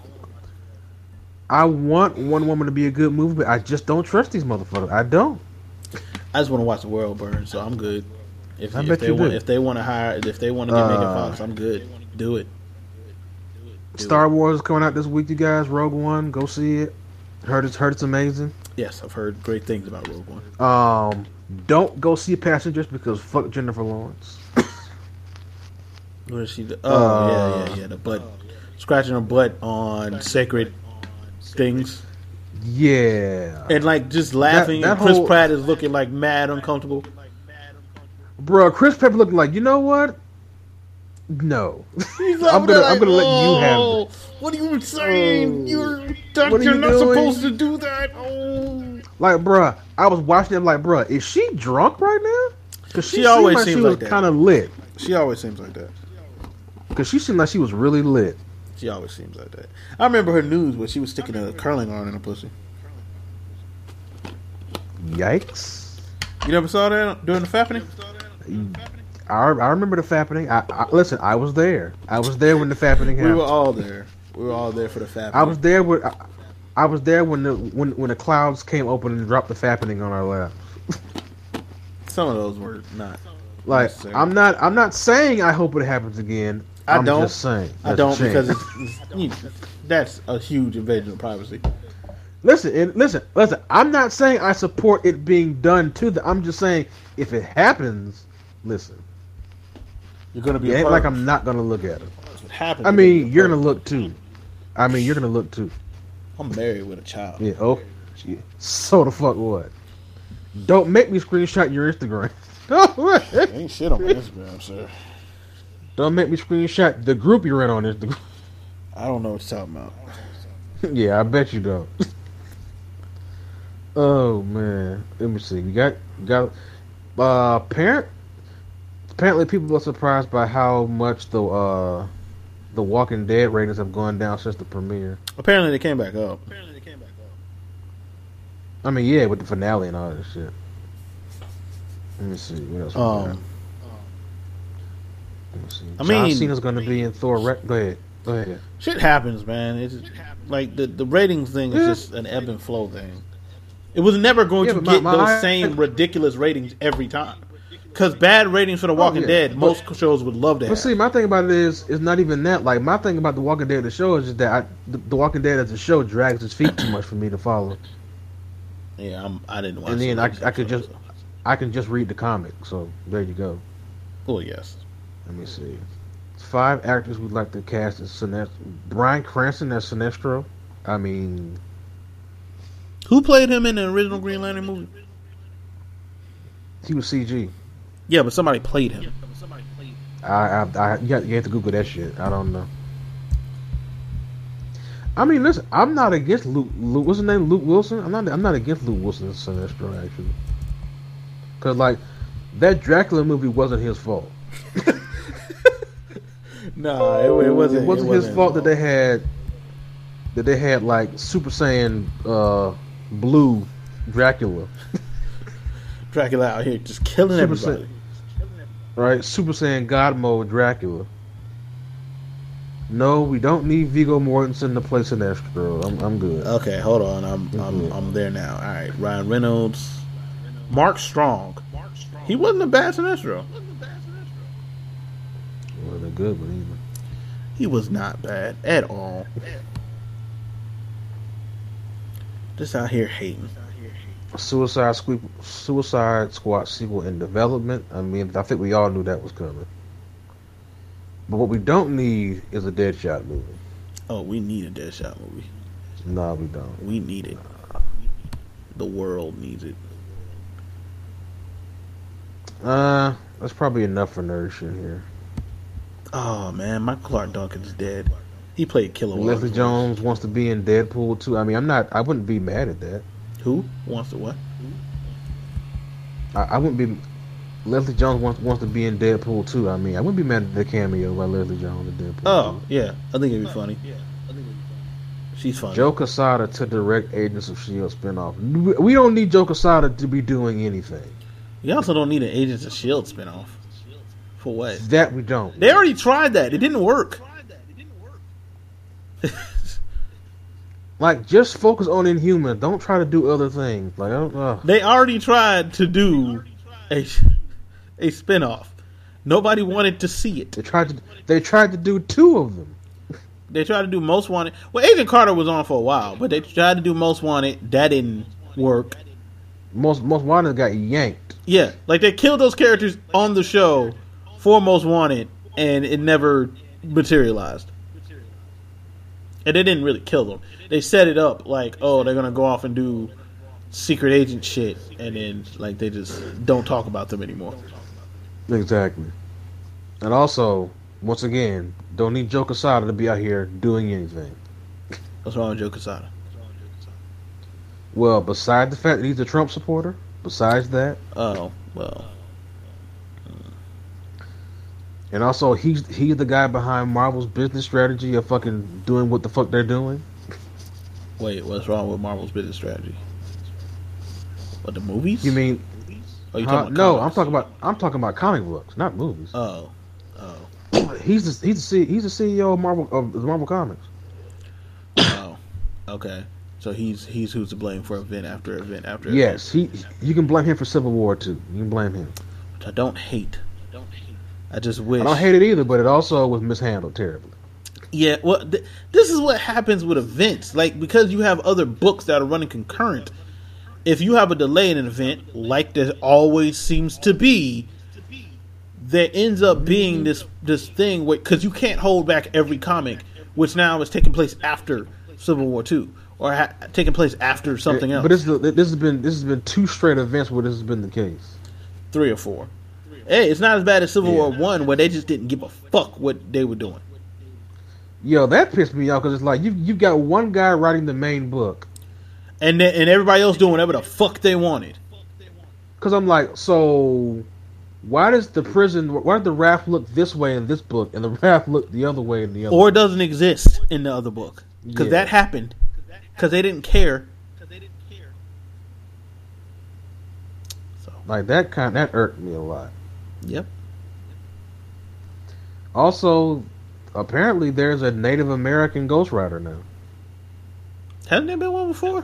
Speaker 3: I want One Woman to be a good movie, but I just don't trust these motherfuckers. I don't.
Speaker 2: I just want to watch the world burn, so I'm good. If,
Speaker 3: I
Speaker 2: if
Speaker 3: bet
Speaker 2: they
Speaker 3: you
Speaker 2: want,
Speaker 3: do.
Speaker 2: if they want to hire, if they want to get Megan
Speaker 3: Uh,
Speaker 2: Fox, I'm good. Do it.
Speaker 3: Star Wars is coming out this week, you guys. Rogue One, go see it. Heard it's heard it's amazing.
Speaker 2: Yes, I've heard great things about Rogue One.
Speaker 3: Um, don't go see Passengers because fuck Jennifer Lawrence.
Speaker 2: What is she? do- Oh
Speaker 3: Uh,
Speaker 2: yeah, yeah, yeah. The butt, scratching her butt on sacred things,
Speaker 3: Yeah,
Speaker 2: and like just laughing.
Speaker 3: that
Speaker 2: and Chris
Speaker 3: whole-
Speaker 2: Pratt is looking like mad uncomfortable.
Speaker 3: bro. Chris Pepper looked like you know what? No,
Speaker 2: He's like,
Speaker 3: I'm gonna-
Speaker 2: like,
Speaker 3: I'm gonna let you have
Speaker 2: "Oh, What are you saying? you're
Speaker 3: What are
Speaker 2: you're
Speaker 3: you
Speaker 2: not
Speaker 3: doing?"
Speaker 2: supposed to do that. Oh.
Speaker 3: like bruh, I was watching it. Like bruh, is she drunk right now? Because she,
Speaker 2: She
Speaker 3: seemed
Speaker 2: always
Speaker 3: like she
Speaker 2: seems
Speaker 3: was
Speaker 2: like that.
Speaker 3: kind of lit.
Speaker 2: She always seems like that.
Speaker 3: Because she seemed like she was really lit.
Speaker 2: She always seems like that. I remember her news where she was sticking a curling iron in her pussy.
Speaker 3: Yikes!
Speaker 2: You never saw that during the fapping?
Speaker 3: I, I remember the fappening. I, I listen. I was there. I was there when the fappening happened.
Speaker 2: We were all there. We were all there for the fapping.
Speaker 3: I was there when I, I was there when the when when the clouds came open and dropped the fappening on our lap.
Speaker 2: Some of those were not.
Speaker 3: Like
Speaker 2: Yes, sir.
Speaker 3: I'm not I'm not saying I hope it happens again.
Speaker 2: I
Speaker 3: am
Speaker 2: don't.
Speaker 3: Just saying.
Speaker 2: I
Speaker 3: There's a
Speaker 2: don't
Speaker 3: chance.
Speaker 2: because it's, it's, you- that's a huge invasion of privacy.
Speaker 3: listen and listen listen. I'm not saying I support it being done to the. I'm just saying if it happens, listen.
Speaker 2: You're gonna be
Speaker 3: It
Speaker 2: a
Speaker 3: ain't
Speaker 2: perv.
Speaker 3: like I'm not gonna look at it.
Speaker 2: That's what happened.
Speaker 3: I
Speaker 2: to
Speaker 3: mean,
Speaker 2: me.
Speaker 3: you're gonna look too. I mean, you're gonna look too.
Speaker 2: I'm married with a child.
Speaker 3: Yeah. Oh, shit. so the fuck what? Don't make me screenshot your Instagram.
Speaker 2: Ain't shit on my Instagram, sir.
Speaker 3: Don't make me screenshot the group you're in on Instagram.
Speaker 2: I don't know what you're talking about.
Speaker 3: yeah, I bet you don't. oh man, let me see. We got we got uh apparent apparently people are surprised by how much the uh the Walking Dead ratings have gone down since the premiere.
Speaker 2: Apparently they came back up.
Speaker 3: I mean, yeah, with the finale and all that shit. Let me see what else. we got.
Speaker 2: Um,
Speaker 3: Let me see.
Speaker 2: I
Speaker 3: John
Speaker 2: mean-
Speaker 3: Cena's gonna be in Thor. Ra- Go ahead. Go ahead.
Speaker 2: Shit happens, man. It's just, like the the ratings thing is
Speaker 3: Yeah.
Speaker 2: just an ebb and flow thing. It was never going
Speaker 3: Yeah,
Speaker 2: to
Speaker 3: but my-
Speaker 2: get
Speaker 3: my-
Speaker 2: those same ridiculous ratings every time. Because bad ratings for The Walking
Speaker 3: Oh, yeah.
Speaker 2: Dead,
Speaker 3: But-
Speaker 2: most shows would love to
Speaker 3: But
Speaker 2: have.
Speaker 3: see, my thing about it is, it's not even that. Like my thing about The Walking Dead, the show is just that I, the, the Walking Dead as a show drags its feet too much for me to follow.
Speaker 2: yeah, I'm, I didn't watch.
Speaker 3: And then
Speaker 2: the
Speaker 3: I,
Speaker 2: ratings
Speaker 3: I could
Speaker 2: shows.
Speaker 3: just, I can just read the comic. So there you go.
Speaker 2: Oh yes,
Speaker 3: Let me see. Five actors we'd like to cast as Sinestro. Brian Cranston as Sinestro. I mean,
Speaker 2: who played him in the original Green Lantern movie?
Speaker 3: he was CG.
Speaker 2: Yeah, but somebody played him.
Speaker 3: I, I, I you, have, you have to Google that shit. I don't know. I mean, listen, I'm not against Luke. Luke what's his name? Luke Wilson. I'm not. I'm not against Luke Wilson as Sinestro actually. Cause like that Dracula movie wasn't his fault.
Speaker 2: No, it, it wasn't.
Speaker 3: It wasn't his fault that they had that they had like Super Saiyan uh, blue Dracula,
Speaker 2: Dracula out here just killing
Speaker 3: Super
Speaker 2: everybody.
Speaker 3: right? Super Saiyan God mode Dracula. No, we don't need Vigo Mortensen to play Sinestro. I'm, I'm good.
Speaker 2: Okay, hold on. I'm I'm I'm there now. All right, Ryan Reynolds, Mark Strong. He wasn't a bad Sinestro.
Speaker 3: Wasn't a good one either.
Speaker 2: He was not bad at all. Just out here hating.
Speaker 3: Suicide Squad, Suicide Squad sequel in development. I mean, I think we all knew that was coming. But what we don't need is a Deadshot movie.
Speaker 2: Oh, we need a Deadshot movie.
Speaker 3: No, we don't.
Speaker 2: We need it. The world needs it.
Speaker 3: Uh, that's probably enough for nerd shit here.
Speaker 2: Oh man, Michael Clark Duncan is dead. He played Killer.
Speaker 3: And
Speaker 2: Whale.
Speaker 3: Leslie Jones wants to be in Deadpool too. I mean, I'm not. I wouldn't be mad at that.
Speaker 2: Who wants to what?
Speaker 3: I, I wouldn't be. Leslie Jones wants wants to be in Deadpool too. I mean, I wouldn't be mad at the cameo by Leslie Jones in Deadpool.
Speaker 2: Oh yeah, I think it'd be funny. She's funny.
Speaker 3: Joe Casada to direct Agents of Shield E spinoff. We- We don't need Joe Casada to be doing anything.
Speaker 2: You also don't need an Agents of Shield E spinoff. For what?
Speaker 3: That we don't.
Speaker 2: They already tried that. It didn't work.
Speaker 3: Like, just focus on Inhuman. Don't try to do other things. Like, I don't uh, know.
Speaker 2: They already tried to do a a spinoff. Nobody wanted to see it.
Speaker 3: They tried to. They tried to do two of them.
Speaker 2: They tried to do Most Wanted. Well, Agent Carter was on for a while, but they tried to do Most Wanted. That didn't work.
Speaker 3: Most most wanted got yanked.
Speaker 2: Yeah, like they killed those characters on the show for Most Wanted, and it never materialized. And they didn't really kill them. They set it up like, oh, they're gonna go off and do secret agent shit, and then like they just don't talk about them anymore.
Speaker 3: Exactly. And also, once again, don't need Joe Casada to be out here doing anything.
Speaker 2: What's wrong with Joe Casada?
Speaker 3: Well, besides the fact that he's a Trump supporter, besides that,
Speaker 2: Oh well,
Speaker 3: and also he's he's the guy behind Marvel's business strategy of fucking doing what the fuck they're doing.
Speaker 2: wait, what's wrong with Marvel's business strategy? What the movies? Oh,
Speaker 3: You mean?
Speaker 2: Are
Speaker 3: huh? no, I'm
Speaker 2: comics?
Speaker 3: talking about I'm talking about comic books, not movies.
Speaker 2: Oh, oh,
Speaker 3: he's the, he's the, C- he's the CEO of Marvel of the Marvel Comics.
Speaker 2: oh. okay, so he's he's who's to blame for event after event after event.
Speaker 3: Yes, he you can blame him for Civil War too. You can blame him.
Speaker 2: which I don't hate. I just wish.
Speaker 3: I don't hate it either, but it also was mishandled terribly.
Speaker 2: Yeah, well, th- this is what happens with events. Like because you have other books that are running concurrent. If you have a delay in an event, like there always seems to be, there ends up being this this thing where because you can't hold back every comic, which now is taking place after Civil War Two or ha- taking place after something else.
Speaker 3: But this is- this has been this has been two straight events where this has been the case.
Speaker 2: three or four. Hey, it's not as bad as Civil War One, where they just didn't give a fuck what they were doing.
Speaker 3: Yo, that pissed me off because it's like you you got one guy writing the main book.
Speaker 2: and then, and everybody else doing whatever the fuck they wanted.
Speaker 3: Because I'm like, so why does the prison? Why did the raft look this way in this book, and the raft look the other way in the other?
Speaker 2: Or it doesn't exist in the other book because
Speaker 3: Yeah.
Speaker 2: that happened because they didn't care. So
Speaker 3: like that kind that irked me a lot.
Speaker 2: yep,
Speaker 3: Also, Apparently, there's a Native American Ghost Rider now.
Speaker 2: Hasn't there been one before?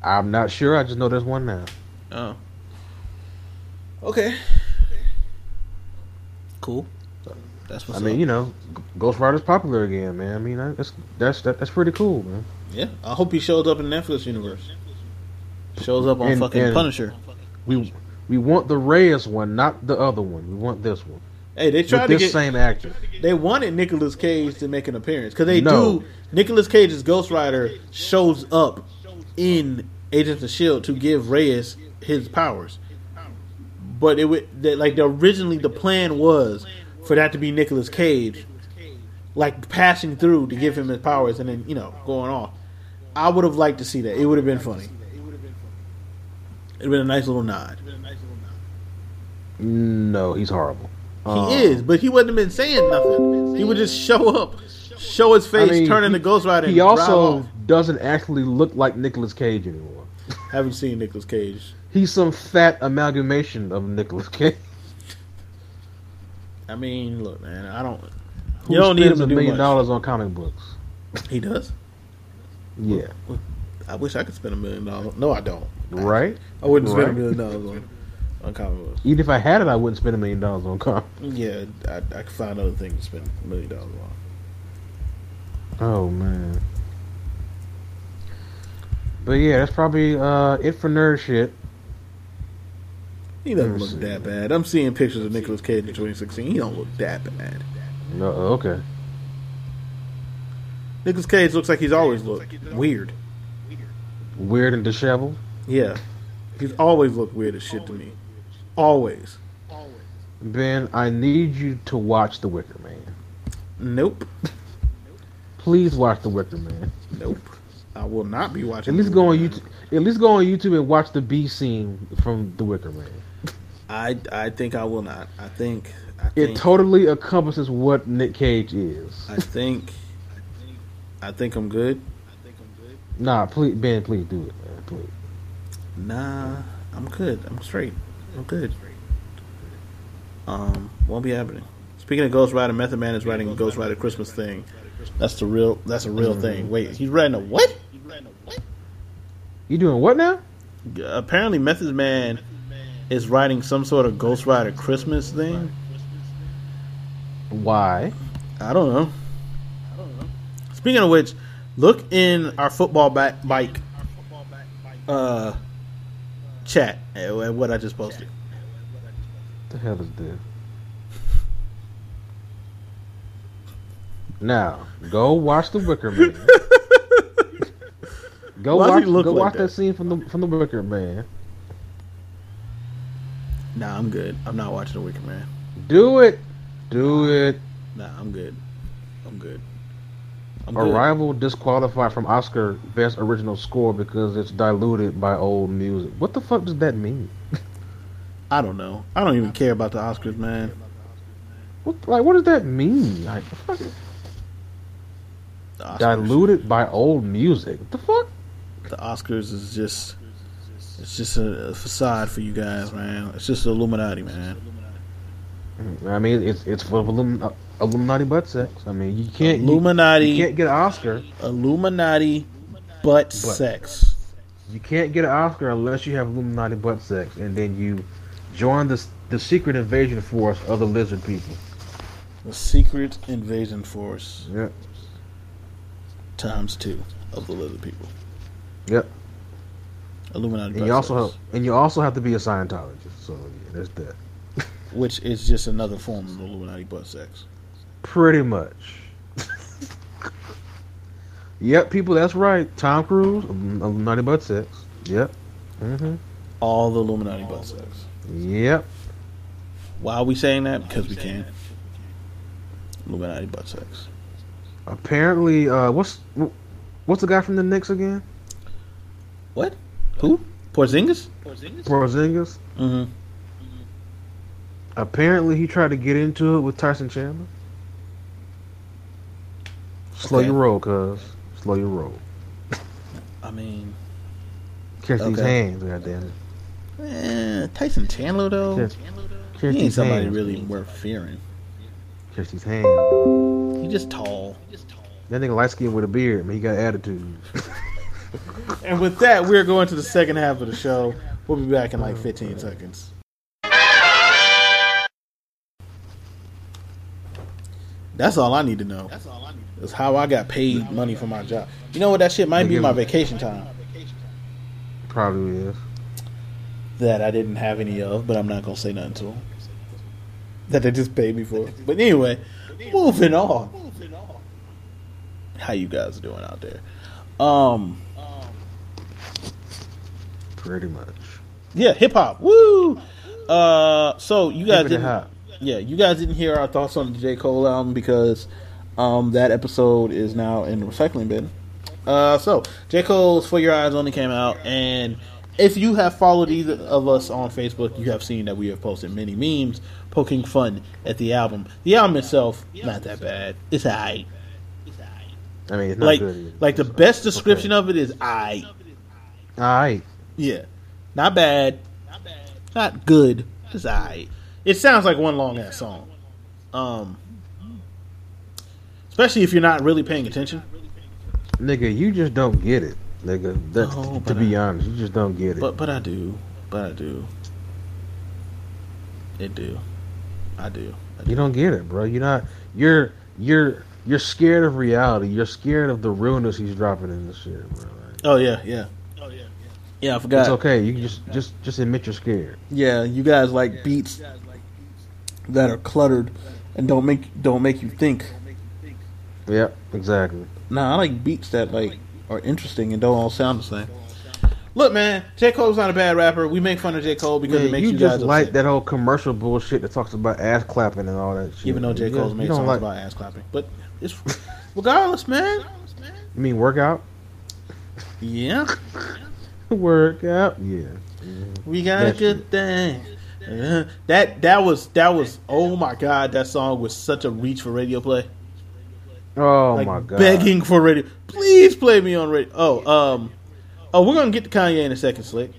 Speaker 3: I'm not sure. I just know there's one now.
Speaker 2: Oh. Okay. Cool. That's
Speaker 3: I
Speaker 2: what's
Speaker 3: mean,
Speaker 2: up.
Speaker 3: you know, Ghost Rider's popular again, man. I mean, I- that's that's that, that's pretty cool, man.
Speaker 2: Yeah. I hope he shows up in the Netflix universe. Shows up on
Speaker 3: And-
Speaker 2: fucking
Speaker 3: and-
Speaker 2: Punisher.
Speaker 3: We we want the Reyes one, not the other one. We want this one
Speaker 2: Hey, they
Speaker 3: with
Speaker 2: tried to
Speaker 3: this
Speaker 2: get
Speaker 3: same actor.
Speaker 2: they wanted Nicolas Cage to make an appearance because they
Speaker 3: No.
Speaker 2: do. Nicolas Cage's Ghost Rider shows up in Agents of Shield E to give Reyes his powers, but it would that like the, originally the plan was for that to be Nicolas Cage, like passing through to give him his powers and then you know going off. I would have liked to see that. It would have been funny. It'd been a nice little nod.
Speaker 3: No, he's horrible.
Speaker 2: He
Speaker 3: Um,
Speaker 2: is, but he wouldn't have been saying nothing. He would just show up, show his face,
Speaker 3: I mean,
Speaker 2: turn into
Speaker 3: he-
Speaker 2: Ghost Rider.
Speaker 3: He
Speaker 2: and
Speaker 3: also
Speaker 2: drive
Speaker 3: doesn't actually look like Nicolas Cage anymore.
Speaker 2: off. haven't seen Nicolas Cage.
Speaker 3: He's some fat amalgamation of Nicolas Cage.
Speaker 2: I mean, look, man, I don't.
Speaker 3: Who
Speaker 2: you don't need him
Speaker 3: spends
Speaker 2: to
Speaker 3: a
Speaker 2: do
Speaker 3: million
Speaker 2: much.
Speaker 3: dollars on comic books.
Speaker 2: He does.
Speaker 3: Yeah,
Speaker 2: I wish I could spend a million dollars. No, I don't.
Speaker 3: right.
Speaker 2: I wouldn't spend a
Speaker 3: Right.
Speaker 2: million dollars on on comic books.
Speaker 3: Even if I had it, I wouldn't spend a million dollars on comic.
Speaker 2: Yeah, I, I could find other things to spend a million dollars on.
Speaker 3: Oh man. But yeah, that's probably uh, it for nerd shit.
Speaker 2: He doesn't look that bad. I'm seeing pictures of Nicolas Cage in 2016. He don't look that bad.
Speaker 3: No, uh, okay.
Speaker 2: Nicolas Cage looks like he's always looked weird.
Speaker 3: Weird and disheveled.
Speaker 2: Yeah, he's always looked weird as shit to me. Always.
Speaker 3: Ben, I need you to watch The Wicker Man.
Speaker 2: Nope.
Speaker 3: Please watch The Wicker Man.
Speaker 2: Nope. I will not be watching.
Speaker 3: At least
Speaker 2: the
Speaker 3: go on
Speaker 2: movie.
Speaker 3: YouTube. At least go on YouTube and watch the B scene from The Wicker Man.
Speaker 2: I I think I will not. I think. I
Speaker 3: It
Speaker 2: think.
Speaker 3: totally encompasses what Nick Cage is.
Speaker 2: I think. I think I'm good.
Speaker 3: Nah, please, Ben, please do it, man. Please.
Speaker 2: Nah, I'm good. I'm straight. I'm good. Um, won't be happening. Speaking of Ghost Rider, Method Man is writing a Ghost Rider Christmas thing. That's the real. That's a
Speaker 3: Mm.
Speaker 2: real thing. Wait, he's writing a what?
Speaker 3: You doing what now?
Speaker 2: Apparently, Method Man is writing some sort of Ghost Rider Christmas thing.
Speaker 3: Why?
Speaker 2: I don't know. Speaking of which, look in our football ba- bike uh, chat at at what I just posted.
Speaker 3: The hell is this? Now, go watch the Wicker Man. go
Speaker 2: Why does
Speaker 3: watch,
Speaker 2: he look
Speaker 3: go
Speaker 2: like
Speaker 3: watch that?
Speaker 2: that?
Speaker 3: scene from the from the Wicker Man.
Speaker 2: Nah, I'm good. I'm not watching The Wicker Man.
Speaker 3: Do it, do it.
Speaker 2: Nah, I'm good. I'm good. I'm good.
Speaker 3: Arrival disqualified from Oscar Best Original Score because it's diluted by old music. What the fuck does that mean?
Speaker 2: I don't know. I don't even care about the Oscars, man.
Speaker 3: What, like, what does that mean? Like, the fuck?
Speaker 2: The Oscars,
Speaker 3: diluted by old music. What the fuck?
Speaker 2: The Oscars is just. It's just a a facade for you guys, man. It's just Illuminati, man.
Speaker 3: I mean, it's it's for Illum- uh, Illuminati butt sex. I mean, you can't you-
Speaker 2: Illuminati,
Speaker 3: You can't get an Oscar.
Speaker 2: Illuminati, butt sex.
Speaker 3: You can't get an Oscar unless you have Illuminati butt sex, and then you join the the secret invasion force of the lizard people.
Speaker 2: The secret invasion force
Speaker 3: Yep.
Speaker 2: times two of the lizard people.
Speaker 3: Yep.
Speaker 2: Illuminati.
Speaker 3: And you also have, and you also have to be a Scientologist. So yeah, there's that.
Speaker 2: which is just another form of Illuminati butt sex.
Speaker 3: Pretty much. yep, people. That's right. Tom Cruise, Illum- Illuminati butt sex. Yep. hmm
Speaker 2: All the Illuminati butt sex.
Speaker 3: Yep.
Speaker 2: Why are we saying that? Because we can. Illuminati butt sex.
Speaker 3: Apparently, uh, what's wh- what's the guy from the Knicks again?
Speaker 2: What? Who? Porzingis?
Speaker 3: Porzingis.
Speaker 2: Mm-hmm.
Speaker 3: Apparently, he tried to get into it with Tyson Chandler. Slow
Speaker 2: Okay.
Speaker 3: your roll, cuz. Slow your roll.
Speaker 2: I mean,
Speaker 3: Catch these
Speaker 2: Okay.
Speaker 3: hands, goddamn it.
Speaker 2: eh, Tyson Chandler though.
Speaker 3: Catch, catch
Speaker 2: He ain't
Speaker 3: these
Speaker 2: somebody
Speaker 3: hands.
Speaker 2: really worth fearing.
Speaker 3: Catch these hands. dog.
Speaker 2: He just tall.
Speaker 3: That nigga light skinned with a beard, man. He got attitude.
Speaker 2: And with that, we're going to the second half of the show. We'll be back in like 15 seconds. That's all I need to know. That's all I need. Is how I got paid money for my job. You know what? That shit might be my vacation time
Speaker 3: Probably is.
Speaker 2: that I didn't have any of, but I'm not gonna say nothing to them. That they just paid me for. But anyway, moving on. How you guys doing out there? Um.
Speaker 3: Pretty much.
Speaker 2: Yeah, hip hop. Woo. Uh, so you guys
Speaker 3: Keep it
Speaker 2: didn't.
Speaker 3: hot.
Speaker 2: Yeah, you guys didn't hear our thoughts on the J Cole album because um, that episode is now in the recycling bin. Uh, so J Cole's "For Your Eyes" only came out, and if you have followed either of us on Facebook, you have seen that we have posted many memes poking fun at the album. The album itself, not that bad. It's alright.
Speaker 3: I mean, it's not
Speaker 2: Like,
Speaker 3: good. either.
Speaker 2: like the best description of it is I.
Speaker 3: All right.
Speaker 2: Yeah. Not bad. Not good. It's alright. It sounds like one long ass song. Um Especially if you're not really paying attention.
Speaker 3: Nigga, you just don't get it. Nigga, that's,
Speaker 2: No,
Speaker 3: to
Speaker 2: but
Speaker 3: be honest, you just don't get it.
Speaker 2: But but I do. But I do. It do. I do. I do.
Speaker 3: you don't get it, bro. You're not. You're you're you're scared of reality. You're scared of the realness he's dropping in this shit, bro. Like,
Speaker 2: Oh yeah, yeah. Oh yeah. Yeah, I forgot.
Speaker 3: it's okay. You can just just just admit you're scared.
Speaker 2: Yeah, you guys like beats that are cluttered and don't make don't make you think.
Speaker 3: Yep, exactly.
Speaker 2: Nah, I like beats that like are interesting and don't all sound the same. Look, man, J Cole's not a bad rapper. We make fun of J Cole because
Speaker 3: Yeah,
Speaker 2: it makes
Speaker 3: you,
Speaker 2: you,
Speaker 3: just
Speaker 2: guys
Speaker 3: like
Speaker 2: upset.
Speaker 3: that whole commercial bullshit that talks about ass clapping and all that shit.
Speaker 2: Even though J
Speaker 3: You
Speaker 2: Cole's
Speaker 3: just-
Speaker 2: made
Speaker 3: you don't
Speaker 2: songs
Speaker 3: like,
Speaker 2: about ass clapping, but it's regardless, man.
Speaker 3: You mean workout?
Speaker 2: Yeah,
Speaker 3: workout. Yeah.
Speaker 2: we got
Speaker 3: That
Speaker 2: a good thing. Uh, that that was that was oh my god, that song was such a reach for radio play.
Speaker 3: Oh
Speaker 2: like
Speaker 3: my god.
Speaker 2: begging for radio. Please play me on radio. Oh, um, oh, we're gonna get to Kanye in a second, slick.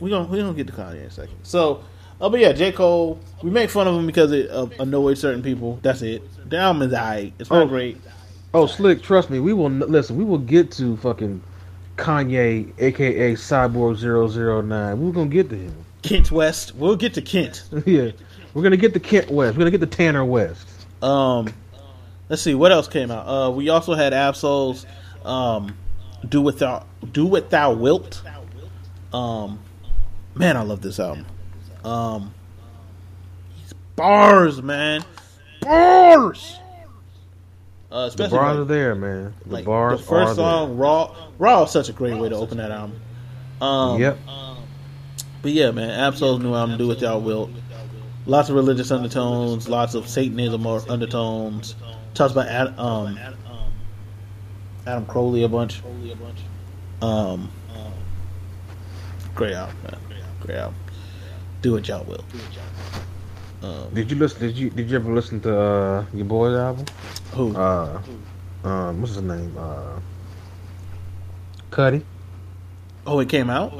Speaker 2: We gonna we gonna get to Kanye in a second. So, oh, but yeah, J Cole. We make fun of him because it uh, annoyed certain people. That's it. The album is alright. It's not
Speaker 3: Oh.
Speaker 2: great.
Speaker 3: Oh, slick. Trust me. We will n- listen. We will get to fucking Kanye, aka Cyborg 009. We're gonna get to him.
Speaker 2: Kent West. We'll get to Kent.
Speaker 3: yeah. We're gonna get the Kent West. We're gonna get the Tanner West.
Speaker 2: Um, let's see what else came out. Uh, we also had Absol's um, "Do What Thou Do What Thou Wilt." Um, man, I love this album. Um, these bars, man, bars. Uh,
Speaker 3: The
Speaker 2: especially
Speaker 3: bars are
Speaker 2: like,
Speaker 3: there, man. The
Speaker 2: like,
Speaker 3: bars
Speaker 2: the first
Speaker 3: are
Speaker 2: song, "Raw." "Raw" is such a great way to open that album.
Speaker 3: There.
Speaker 2: Um,
Speaker 3: Yep.
Speaker 2: But yeah, man, Absol's new album, Do What Thou Wilt. Lots of religious undertones, lots of Satanism or undertones. Talks about Ad, um, Adam Crowley a bunch. Um, great album, man. Great album. Do What Y'all Will. Um,
Speaker 3: Did you listen? Did you did you ever listen to uh, your boy's album?
Speaker 2: who?
Speaker 3: Uh, um, what's his name? Uh, Cuddy.
Speaker 2: Oh, it came out?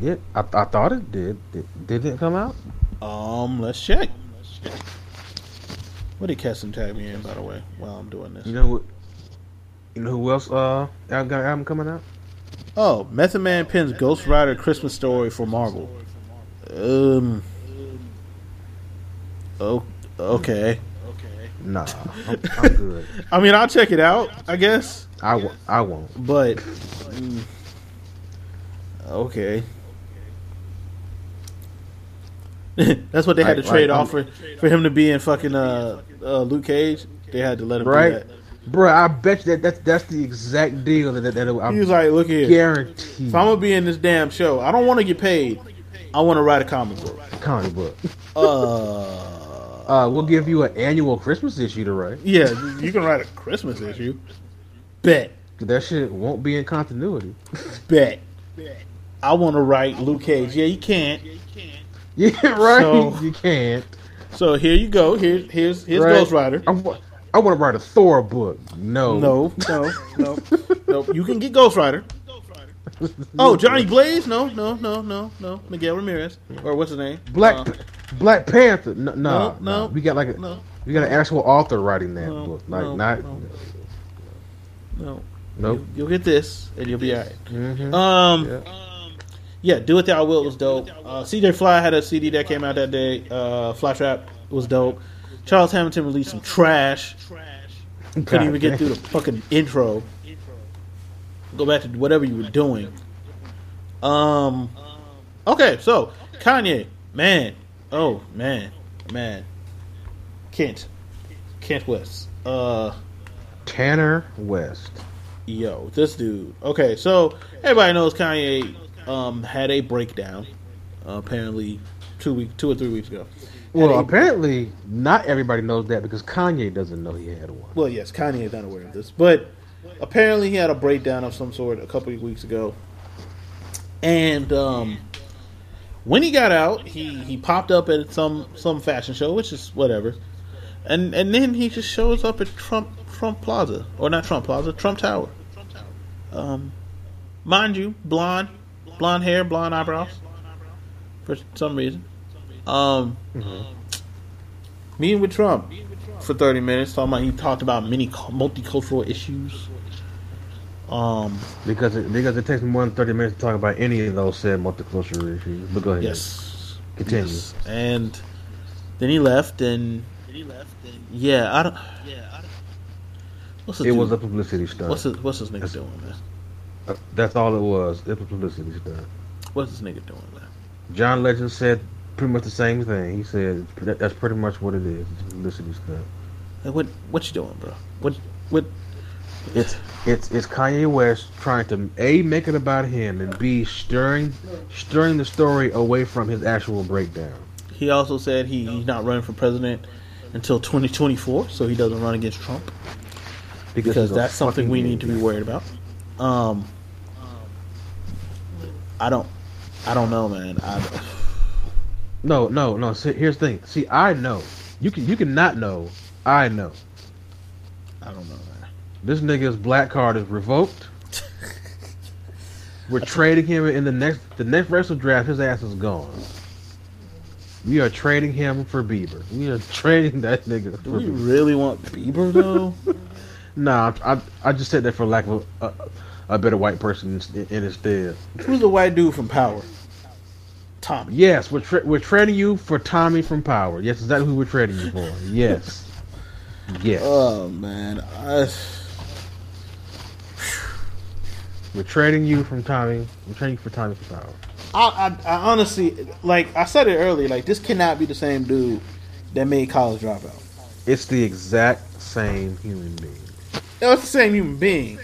Speaker 3: Yeah, I, I thought it did. did. Did it come out?
Speaker 2: Um, let's
Speaker 4: Oh,
Speaker 2: check. What did Kesson tag me in, by the way, while I'm doing this?
Speaker 3: You know what? You know who else? Uh, got an album coming out?
Speaker 2: Oh, Method Man pins Ghost Rider Christmas Story for Marvel. Um. Oh, okay.
Speaker 3: Nah, I'm, I'm good.
Speaker 2: I mean, I'll check it out, I guess,
Speaker 3: I, w- I won't.
Speaker 2: but. mm, okay. That's what they had to
Speaker 3: Like-
Speaker 2: trade
Speaker 3: like, I'm-
Speaker 2: off for, for him to be in fucking uh, uh Luke Cage. They had to let him
Speaker 3: Right.
Speaker 2: do
Speaker 3: Bruh, I bet you that that's that's the exact deal that that, that
Speaker 2: that.
Speaker 3: I'm
Speaker 2: He was like, "Look here,
Speaker 3: guaranteed.
Speaker 2: if I'm gonna be in this damn show, I don't want to get paid. I want to write a comic book."
Speaker 3: comic book.
Speaker 2: Uh,
Speaker 3: Uh, we'll give you an annual Christmas issue to write.
Speaker 2: yeah, you- you can write a Christmas issue. Bet,
Speaker 3: That shit won't be in continuity.
Speaker 2: bet. I want to write Luke Cage. Yeah, you can't.
Speaker 3: Yeah, right.
Speaker 2: So-
Speaker 3: you can't.
Speaker 2: So here you go. Here, here's here's
Speaker 3: right?
Speaker 2: Ghost Rider.
Speaker 3: I, wa- I want to write a Thor book. No,
Speaker 2: No, no, no, no. You can get Ghost Rider. Oh, Johnny Blaze? No, no, no, no, no. Miguel Ramirez, or what's his name?
Speaker 3: Black
Speaker 2: Uh,
Speaker 3: Black Panther. No, no,
Speaker 2: no, no,
Speaker 3: no. We got like a
Speaker 2: no.
Speaker 3: You got an actual author writing that
Speaker 2: No,
Speaker 3: book, like
Speaker 2: no,
Speaker 3: not.
Speaker 2: no. No.
Speaker 3: Nope.
Speaker 2: You'll get this, and you'll be all right.
Speaker 3: Mhm.
Speaker 2: Um,
Speaker 3: Yeah.
Speaker 2: yeah, Do It Thou Wilt was dope. Uh, CJ Fly had a CD that came out that day. Uh, Fly Trap was dope. Charles Hamilton released some trash. Couldn't even get through the fucking intro. Go back to whatever you were doing. Um, okay, so Kanye, man, oh man, man, Kent, Kent West. Uh,
Speaker 3: Tanner West.
Speaker 2: Yo, this dude. Okay, so everybody knows Kanye um, had a breakdown. Uh, apparently, two week, two or three weeks ago.
Speaker 3: Well,
Speaker 2: Had a-
Speaker 3: apparently not everybody knows that because Kanye doesn't know he had one.
Speaker 2: well, yes, Kanye is unaware of this, but apparently he had a breakdown of some sort a couple of weeks ago. And um, when he got out, he he popped up at some some fashion show, which is whatever. And and then he just shows up at Trump Trump Plaza or not Trump Plaza, Trump Tower. Um, mind you, blonde, blonde hair, blonde eyebrows, for some reason. Um, meeting with Trump for 30 minutes talking about he talked about many cu- multicultural issues. Um,
Speaker 3: Because it, because it takes more than thirty minutes to talk about any of those said multicultural issues. But go ahead.
Speaker 2: yes.
Speaker 3: Continue.
Speaker 2: Yes. And then he left and yeah, I don't yeah, I don't What's his
Speaker 3: It
Speaker 2: dude-
Speaker 3: was a publicity stunt.
Speaker 2: What's his what's this nigga doing, man?
Speaker 3: That's all it was. It was a publicity stunt.
Speaker 2: What's this nigga doing, man?
Speaker 3: John Legend said pretty much the same thing. He said that, that's pretty much what it is. It's a publicity stunt.
Speaker 2: Like, what what you doing, bro? What what
Speaker 3: It's it's it's Kanye West trying to a make it about him and b stirring stirring the story away from his actual breakdown.
Speaker 2: he also said he, he's not running for president until 2024, so he doesn't run against Trump. because
Speaker 3: he's a
Speaker 2: that's something we
Speaker 3: fucking
Speaker 2: need to be
Speaker 3: idiot.
Speaker 2: worried about. Um, I don't, I don't know, man. I,
Speaker 3: No, no, no. See, here's the thing. See, I know. You can you can not know. I know.
Speaker 2: I don't know, man.
Speaker 3: This nigga's black card is revoked. We're trading him in the next the next wrestle draft. His ass is gone. We are trading him for Bieber. We are trading that nigga.
Speaker 2: Do
Speaker 3: for
Speaker 2: we
Speaker 3: Bieber.
Speaker 2: really want Bieber though?
Speaker 3: Nah, I, I I just said that for lack of a, a, a better white person in, in his stead.
Speaker 2: Who's the white dude from Power? Tommy.
Speaker 3: Yes, we're tra- we're trading you for Tommy from Power. Yes, is that who we're trading you for? Yes, yes.
Speaker 2: Oh man, I,
Speaker 3: we're trading you from Tommy. We're trading you for Tommy from Power.
Speaker 2: I, I, I honestly, like I said it earlier, like this cannot be the same dude that made College Dropout.
Speaker 3: It's the exact same human being.
Speaker 2: No, it's the same human being,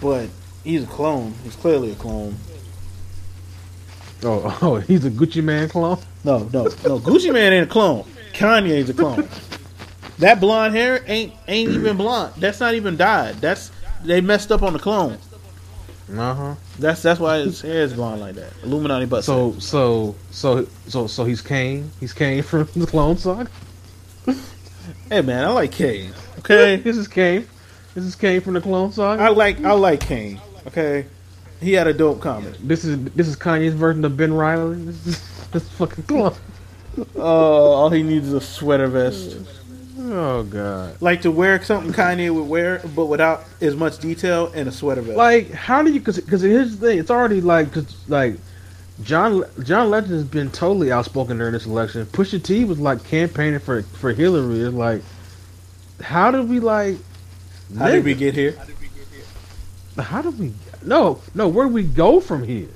Speaker 2: but he's a clone. He's clearly a clone.
Speaker 3: Oh, oh, he's a Gucci man clone.
Speaker 2: No, no, no. Gucci Man ain't a clone. Kanye's a clone. That blonde hair ain't ain't even blonde. That's not even dyed. That's they messed up on the clone.
Speaker 3: Uh huh.
Speaker 2: That's that's why his hair is blonde like that. Illuminati butt. So
Speaker 3: So, so, so, so, so he's Kane. He's Kane from the Clone Saga.
Speaker 2: hey man, I like Kane. Okay,
Speaker 3: This is Kane. This is Kane from the Clone Saga.
Speaker 2: I like I like Kane. Okay, he had a dope comment.
Speaker 3: This is this is Kanye's version of Ben Riley. This is this is fucking clone.
Speaker 2: Oh, all he needs is a sweater vest.
Speaker 3: Oh god.
Speaker 2: Like to wear something Kanye would wear, but without as much detail and a sweater vest.
Speaker 3: Like, how do you? Because because here's the thing. It's already like 'cause, like. John John Legend has been totally outspoken during this election. Pusha T was like campaigning for for Hillary. It's like, how did we like?
Speaker 2: How did we get here?
Speaker 3: How do we? No, no. Where do we go from here?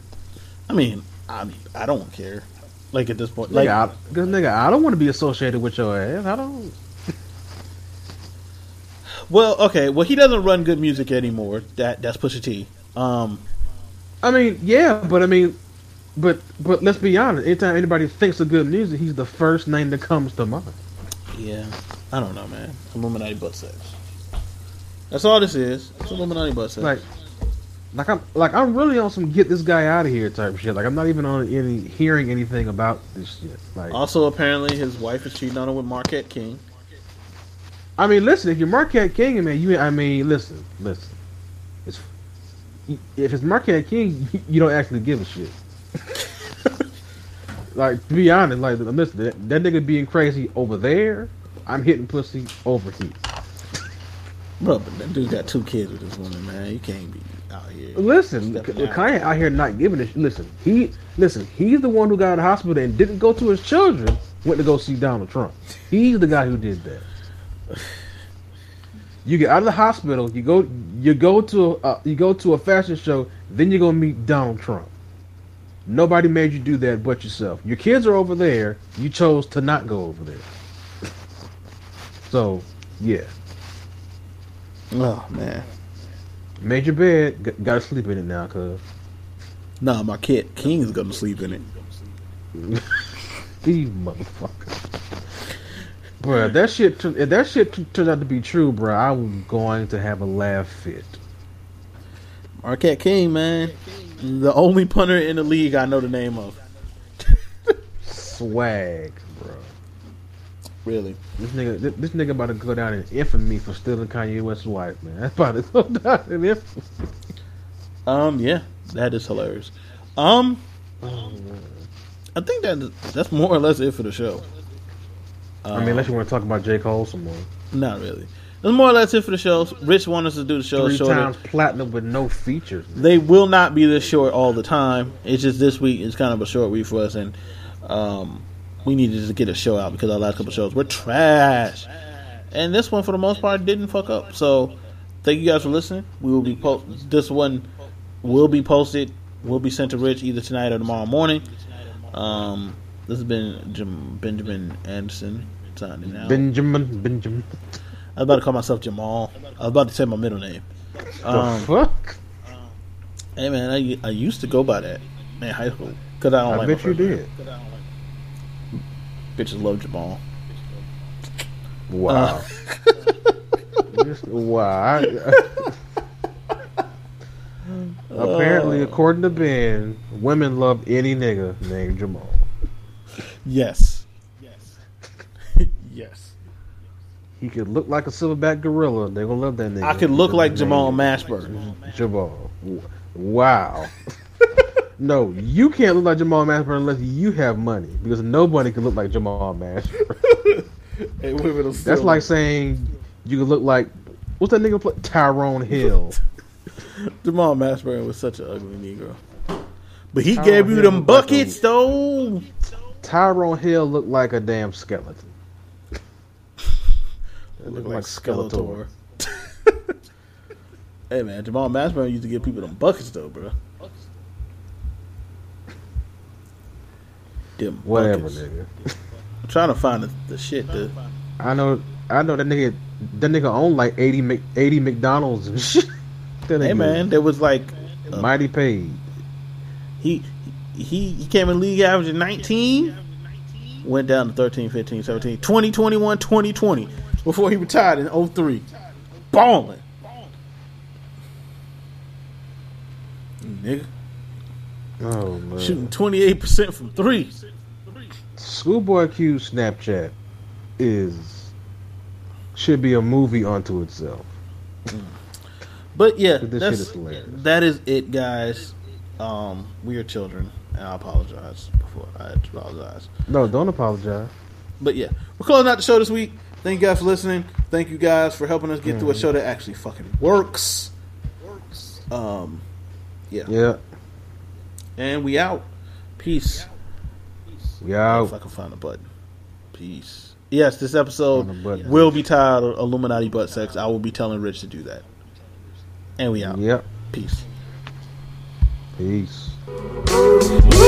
Speaker 2: I mean, I mean, I don't care. Like at this point,
Speaker 3: Like,
Speaker 2: like
Speaker 3: nigga, I, cause nigga, I don't want to be associated with your ass. I don't.
Speaker 2: Well, okay. Well, he doesn't run good music anymore. That that's Pusha T. Um,
Speaker 3: I mean, yeah, but I mean, but but let's be honest. Anytime anybody thinks of good music, he's the first name that comes to mind.
Speaker 2: yeah, I don't know, man. Illuminati butt sex. That's all this is. It's Illuminati butt sex.
Speaker 3: Like, like I'm like I'm really on some get this guy out of here type shit. Like I'm not even on any hearing anything about this shit. Like,
Speaker 2: also, apparently, his wife is cheating on him with Marquette King.
Speaker 3: I mean, listen, if you're Marquette King, man, you I mean, listen, listen. It's if it's Marquette King, you don't actually give a shit. like to be honest, like listen, that, that nigga being crazy over there I'm hitting pussy overheat.
Speaker 4: Bro, but that dude got two kids with this woman, man. You can't be out here.
Speaker 3: Listen,
Speaker 4: Stepping out.
Speaker 3: Kanye out here not giving a sh- listen. He listen. He's the one who got in the hospital and didn't go to his children. Went to go see Donald Trump. He's the guy who did that. You get out of the hospital. You go. You go to. A, uh, you go to a fashion show. Then you're gonna meet Donald Trump. Nobody made you do that but yourself. Your kids are over there. You chose to not go over there. So, yeah,
Speaker 4: Oh man.
Speaker 3: made your bed. G- gotta sleep in it now, cause
Speaker 4: Nah, my kid King's gonna sleep in it.
Speaker 3: These motherfuckers. Bruh, that shit. tu- If that shit tu- turned out to be true, bruh, I was going to have a laugh fit.
Speaker 4: Marquette King, man. The only punter in the league I know the name of.
Speaker 3: Swag, bruh.
Speaker 4: Really.
Speaker 3: This nigga, thi- this nigga about to go down in infamy for stealing Kanye West's wife, man. That's about to go down in infamy.
Speaker 4: Um, yeah. That is hilarious. Um I think that that's more or less it for the show.
Speaker 3: I mean, unless you want to talk about J Cole some more.
Speaker 4: Not really. That's more or less it for the show. Rich wanted us to do the show
Speaker 3: Three
Speaker 4: shorter.
Speaker 3: times platinum with no features.
Speaker 4: They will not be this short all the time. It's just this week is kind of a short week for us, and um, we needed to get a show out because our last couple shows were trash. And this one, for the most part, didn't fuck up. So, thank you guys for listening. We will be po- this one will be posted. Will be sent to Rich either tonight or tomorrow morning. Um, this has been Jim- Benjamin Anderson signing out.
Speaker 3: Benjamin, Benjamin.
Speaker 4: I was about to call myself Jamal. I was about to say my middle name.
Speaker 3: The
Speaker 4: Um,
Speaker 3: fuck?
Speaker 4: Hey man, I, I used to go by that in high school because I don't
Speaker 3: I
Speaker 4: like.
Speaker 3: bet you did.
Speaker 4: Bitches love Jamal. Uh,
Speaker 3: Wow. Just, wow. I-
Speaker 4: Uh,
Speaker 3: Apparently, according to Ben, women love any nigga named Jamal.
Speaker 4: Yes. Yes. yes.
Speaker 3: He could look like a silverback gorilla. They gonna love that nigga.
Speaker 4: I could look
Speaker 3: His
Speaker 4: like
Speaker 3: name
Speaker 4: Jamal
Speaker 3: is
Speaker 4: Mashburn.
Speaker 3: Jamal. W- Wow. no, you can't look like Jamal Mashburn unless you have money, because nobody can look like Jamal Mashburn. That's like saying you could look like what's that nigga play? Tyrone Hill.
Speaker 4: Jamal Mashburn was such an ugly Negro. But he
Speaker 3: Tyrone
Speaker 4: gave you
Speaker 3: Hill
Speaker 4: them
Speaker 3: looked like a-
Speaker 4: buckets though.
Speaker 3: Tyrone Hill looked like a damn skeleton. Looked like Skeletor.
Speaker 4: hey man, Jamal Mashburn used to give people them buckets though, bro. Them
Speaker 3: Whatever,
Speaker 4: buckets.
Speaker 3: nigga.
Speaker 4: I'm trying to find the, the shit to.
Speaker 3: I know, I know that nigga. That nigga owned like 80, Mc- 80 McDonald's and shit. That
Speaker 4: Hey
Speaker 3: nigga
Speaker 4: man, there was like
Speaker 3: is mighty paid.
Speaker 4: he he he came in league averaging 19 went down to 13 15 17 20 21 20 20 before he retired in 03 balling nigga
Speaker 3: Oh man.
Speaker 4: shooting 28% from 3
Speaker 3: Schoolboy Q Snapchat is should be a movie unto itself.
Speaker 4: but yeah
Speaker 3: This shit
Speaker 4: that's,
Speaker 3: is hilarious.
Speaker 4: that is it guys um we are children and I apologize before I apologize
Speaker 3: No, don't apologize.
Speaker 4: But yeah, we're closing out the show this week. Thank you guys for listening. Thank you guys for helping us get through a
Speaker 3: Mm-hmm.
Speaker 4: show that actually fucking works. Um, yeah.
Speaker 3: Yeah,
Speaker 4: And we out. Peace.
Speaker 3: we out.
Speaker 4: If I can find the button. Peace. Yes, this episode
Speaker 3: Find the button.
Speaker 4: will be titled Illuminati Butt Sex. I will be telling Rich to do that. And we out.
Speaker 3: Yep.
Speaker 4: Peace.
Speaker 3: Peace.
Speaker 1: Ooh,